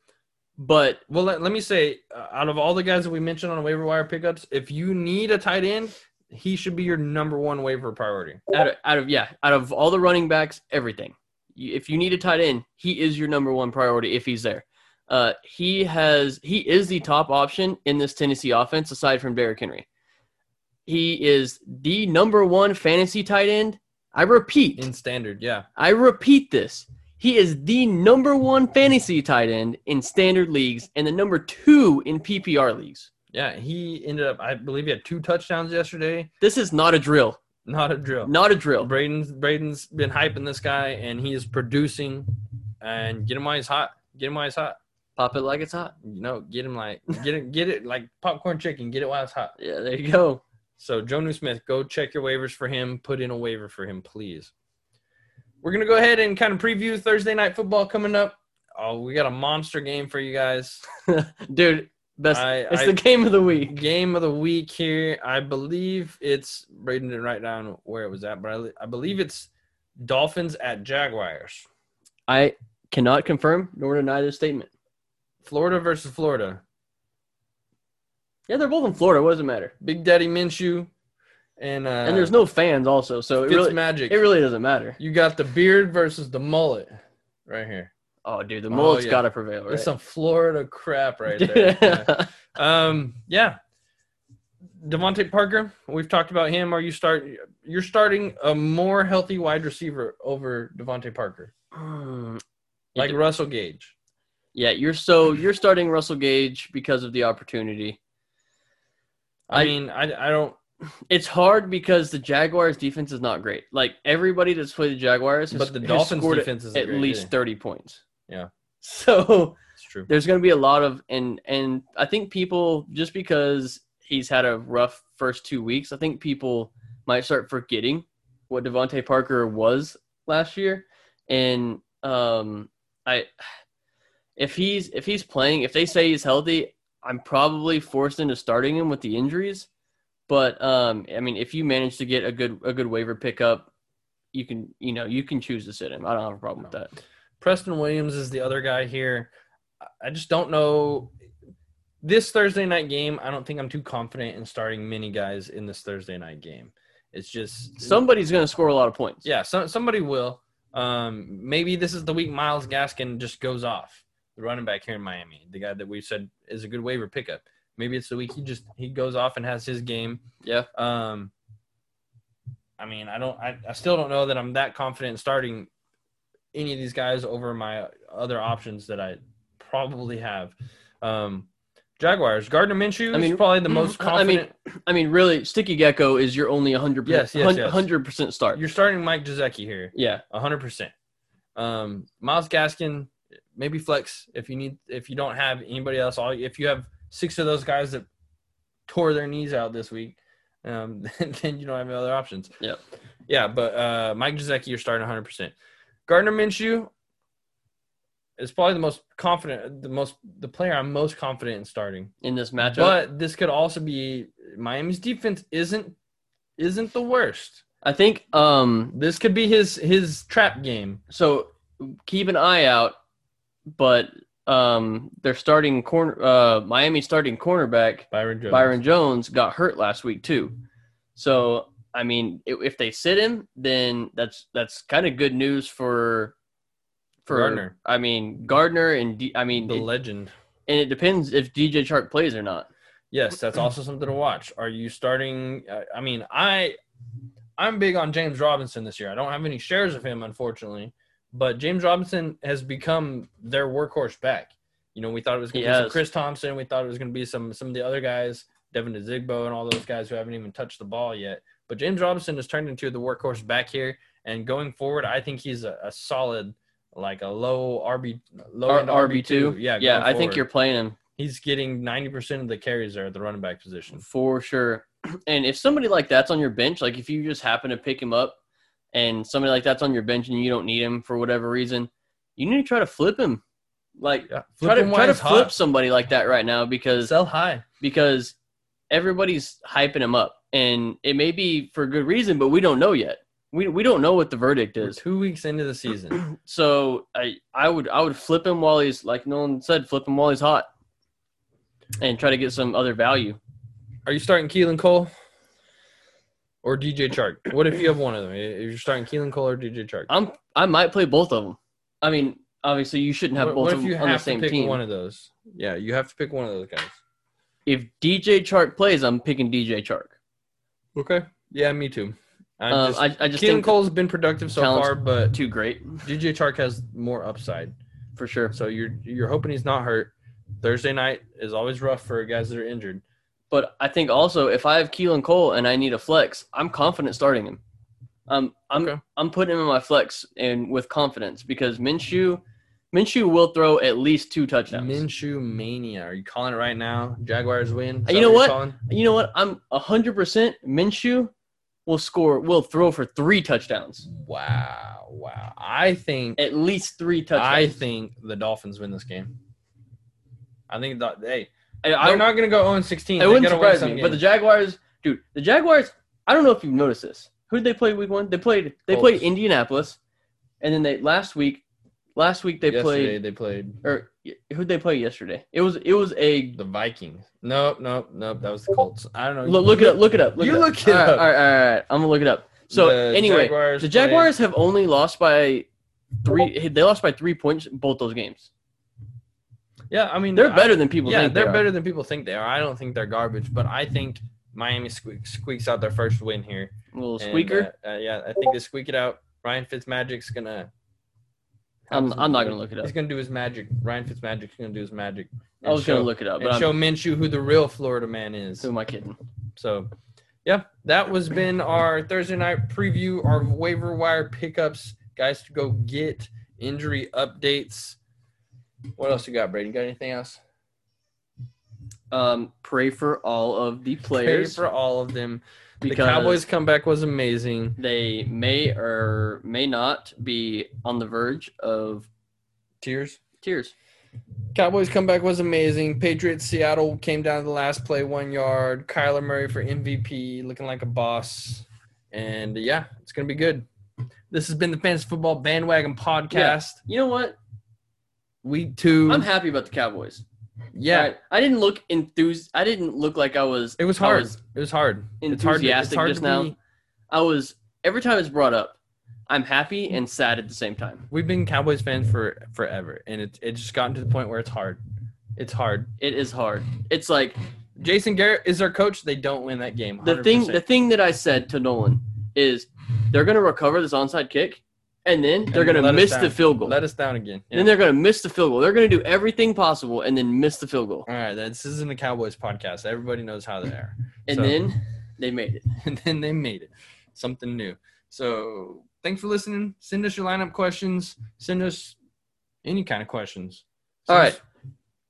D: but
C: Well, let, let me say, uh, out of all the guys that we mentioned on waiver wire pickups, if you need a tight end, he should be your number one waiver priority.
D: out of, out of yeah, out of all the running backs, everything. You, if you need a tight end, he is your number one priority if he's there. Uh, he has he is the top option in this Tennessee offense aside from Derrick Henry. He is the number one fantasy tight end. I repeat,
C: In standard, yeah.
D: I repeat this. He is the number one fantasy tight end in standard leagues and the number two in PPR leagues.
C: Yeah, he ended up, I believe he had two touchdowns yesterday.
D: This is not a drill.
C: Not a drill.
D: Not a drill.
C: Braden's Braden's been hyping this guy, and he is producing. And get him while he's hot. Get him while he's hot.
D: Pop it like it's hot.
C: You know, get him like get it, get it like popcorn chicken. Get it while it's hot.
D: Yeah, there you go.
C: So Jonu Smith, go check your waivers for him. Put in a waiver for him, please. We're gonna go ahead and kind of preview Thursday night football coming up. Oh, we got a monster game for you guys.
D: Dude, best
C: I-
D: it's
C: I-
D: the game of the week.
C: Game of the week here. I believe it's Braden didn't write down where it was at, but I, I believe it's Dolphins at Jaguars.
D: I cannot confirm nor deny this statement.
C: Florida versus Florida.
D: Yeah, they're both in Florida. What does it matter?
C: Big Daddy Minshew and uh,
D: And there's no fans also, so it
C: Fitz
D: really
C: Magic.
D: it really doesn't matter.
C: you got the beard versus the mullet right here.
D: Oh dude, the
C: Oh,
D: mullet's
C: yeah.
D: gotta prevail, right?
C: That's some Florida crap right
D: [LAUGHS]
C: there. [LAUGHS] Yeah. Um, yeah. Devontae Parker, we've talked about him. Are you start? You're starting a more healthy wide receiver over Devontae Parker,
D: Hmm.
C: like Russell Gage.
D: yeah, you're so you're starting Russell Gage because of the opportunity.
C: I,
D: I-
C: mean, I, I don't.
D: It's hard because the Jaguars defense is not great. Like everybody that's played the Jaguars has,
C: But the
D: has
C: Dolphins
D: scored
C: defense is
D: at least
C: Third.
D: 30 points.
C: Yeah.
D: [LAUGHS] So
C: It's true.
D: there's going to be a lot of and and I think people just because he's had a rough first 2 weeks, I think people might start forgetting what Devontae Parker was last year and um I if he's if he's playing, if they say he's healthy, I'm probably forced into starting him with the injuries. But um, I mean, if you manage to get a good a good waiver pickup, you can you know you can choose to sit him. I don't have a problem with that.
C: Preston Williams is the other guy here. I- I just don't know. This Thursday night game, I don't think I'm too confident in starting many guys in this Thursday night game. It's just
D: Somebody's going to score a lot of points.
C: Yeah, so, somebody will. Um, maybe this is the week Miles Gaskin just goes off, the running back here in Miami, the guy that we said is a good waiver pickup. Maybe it's the week he just he goes off and has his game.
D: Yeah.
C: Um, I mean, I don't, I, I still don't know that I'm that confident in starting any of these guys over my other options that I probably have. Um, Jaguars, Gardner Minshew
D: I mean-
C: is probably
D: [CLEARS THROAT]
C: the most
D: I mean-
C: confident.
D: I mean, really, Sticky Gecko is your only 100
C: Yes, yes, yes.
D: hundred percent start.
C: You're starting Mike Jazeki here.
D: yeah,
C: A hundred percent. Um, Miles Gaskin, maybe flex if you need if you don't have anybody else. All if you have six of those guys that tore their knees out this week, um, [LAUGHS] then you don't have any other options.
D: Yep.
C: Yeah, but uh, Mike Jazeki, you're starting hundred percent. Gardner Minshew is probably the most confident, the most the player I'm most confident in starting.
D: in this matchup.
C: But this could also be Miami's defense isn't isn't the worst.
D: I think um,
C: This could be his his trap game.
D: so. Keep an eye out, but um, their starting corner, uh, Miami starting cornerback
C: Byron Jones.
D: Byron Jones got hurt last week too. So I mean, i- if they sit him, then that's that's kind of good news for for
C: Gardner.
D: I mean Gardner and D, I mean,
C: the
D: it-
C: legend.
D: and it depends if DJ Chark plays or not.
C: Yes, that's also something to watch. Are you starting? uh, I- I mean, I I'm big on James Robinson this year. I don't have any shares of him, unfortunately, but James Robinson has become their workhorse back. You know, we thought it was going
D: He
C: to be some
D: has.
C: Chris Thompson. We thought it was going to be some some of the other guys, Devin Zigbo, and all those guys who haven't even touched the ball yet. But James Robinson has turned into the workhorse back here, and going forward, I think he's a, a solid, like a low RB, low
D: R-
C: end
D: RB two,
C: Yeah,
D: yeah.
C: going
D: I think
C: forward.
D: you're playing him
C: He's getting 90% of the carries there at the running back position.
D: for sure. [CLEARS THROAT] And if somebody like that's on your bench, like if you just happen to pick him up, and somebody like that's on your bench and you don't need him for whatever reason, you need to try to flip him. Like
C: Yeah.
D: try to try to flip somebody like that right now because
C: Sell high.
D: because everybody's hyping him up and it may be for good reason but we don't know yet we, we don't know what the verdict
C: We're
D: is
C: two weeks into the season.
D: so i i would i would flip him while he's like nolan said flip him while he's hot and try to get some other value
C: Are you starting Keelan Cole or DJ Chark? What if you have one of them? If you're starting Keelan Cole or DJ Chark?
D: i'm i might play both of them i mean obviously you shouldn't have
C: What,
D: both
C: what
D: of
C: if you
D: them on the
C: have to
D: same
C: pick
D: team
C: one of those? Yeah, you have to pick one of those guys.
D: if dj chark plays i'm picking dj chark
C: Okay. Yeah, me too. I
D: um,
C: just,
D: I, I just
C: Keelan
D: think
C: Cole's been productive so
D: Talent's-
C: far, but
D: too great
C: DJ Chark has more upside.
D: for sure
C: So you're you're hoping he's not hurt. Thursday night is always rough for guys that are injured.
D: But I think also if I have Keelan Cole and I need a flex, I'm confident starting him. Um, I'm
C: Okay.
D: I'm putting him in my flex and with confidence because Minshew, Minshew will throw at least two touchdowns.
C: Minshew mania. Are you calling it right now? Jaguars win. Is
D: Uh, You
C: that
D: know
C: you're
D: what?
C: calling?
D: you know what? I'm hundred percent Minshew will score will throw for three touchdowns,
C: Wow, wow. I think
D: at least three
C: I
D: touchdowns.
C: think the Dolphins win this game. I think that hey,
D: I, I,
C: they're not gonna go 0 16.
D: it wouldn't surprise me. But the Jaguars, dude, the Jaguars. I don't know if you've noticed this. Who did they play week one? They played they played
C: Colts.
D: Indianapolis, and then they last week. Last week they played.
C: they played
D: or who'd they play yesterday? It was it was
C: [LAUGHS]
D: a
C: the Vikings. Nope, nope, nope. That was the Colts. I don't know.
D: look, look it up, look it up. Look
C: You
D: it
C: look it
D: All right,
C: up.
D: All right, all right, all right. I'm gonna look it up. So
C: The
D: anyway,
C: Jaguars
D: the
C: played-
D: Jaguars have only lost by three. They lost by three points in both those games.
C: Yeah, I mean
D: They're
C: I-
D: better than people
C: yeah,
D: think.
C: they're
D: they are.
C: better than people think they are. I don't think they're garbage, but I think Miami squeaks, squeaks out their first win here.
D: A little
C: And,
D: squeaker.
C: uh, uh, yeah, I think they squeak it out. Ryan Fitzmagic's gonna. uh,
D: I'm- I'm not gonna look it up.
C: He's gonna do his magic. Ryan Fitzmagic's gonna do his magic.
D: I was
C: And
D: gonna
C: show-
D: look it up,
C: and
D: but I'm,
C: show Minshew who the real Florida man is.
D: who am I kidding?
C: So, yeah, that was been our Thursday night preview, our waiver wire pickups, guys to go get injury updates. What else you got, Brady? You got anything else?
D: Um, pray for all of
C: [LAUGHS]
D: the
C: Pray
D: players
C: for all of them. The
D: because
C: Cowboys comeback was amazing.
D: they may or may not be on the verge of
C: Tears.
D: tears.
C: Cowboys comeback was amazing. Patriots Seattle came down to the last play one yard. Kyler Murray for MVP, looking like a boss. And uh, yeah, it's gonna be good. This has been the Fantasy Football Bandwagon Podcast.
D: You know what?
C: Week 2
D: I'm happy about the Cowboys.
C: Mm. yeah,
D: Alright, I didn't look enthused. I didn't look like I was.
C: it was
D: I
C: hard.
D: was,
C: it was hard. It's hard. to-
D: enthusiastic just now. I was- every time it's brought up, I'm happy and sad at the same time.
C: We've been Cowboys fans for forever, and it's it's just gotten to the point where it's hard. It's hard.
D: It is hard. It's like
C: Jason Garrett is our coach. They don't win that game.
D: the thing.
C: 100%.
D: The thing that I said to Nolan is, they're gonna recover this onside kick, and then they're
C: And
D: gonna
C: let us
D: miss the
C: down.
D: field goal.
C: let us down again. Yeah.
D: Then they're gonna miss the field goal. They're gonna do everything possible and then miss the field goal.
C: All right, this isn't a Cowboys podcast. Everybody knows how they are.
D: [LAUGHS] And
C: So-
D: then they made it.
C: [LAUGHS] and then they made it something new. So thanks for listening. Send us your lineup questions. Send us any kind of questions.
D: All
C: Send
D: right.
C: us-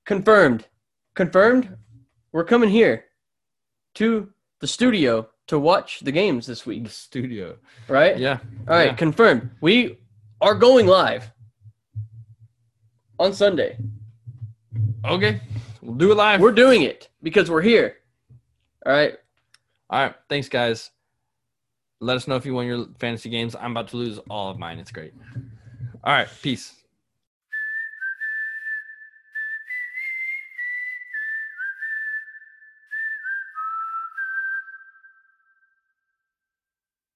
D: Confirmed. Confirmed. We're coming here to the studio to watch the games this week,
C: the studio.
D: right?
C: Yeah.
D: All right,
C: yeah.
D: confirmed. We are going live on Sunday.
C: Okay. We'll do it live.
D: We're doing it because we're here. All right.
C: All right. Thanks, guys. Let us know if you won your fantasy games. I'm about to lose all of mine. It's great. All right. Peace.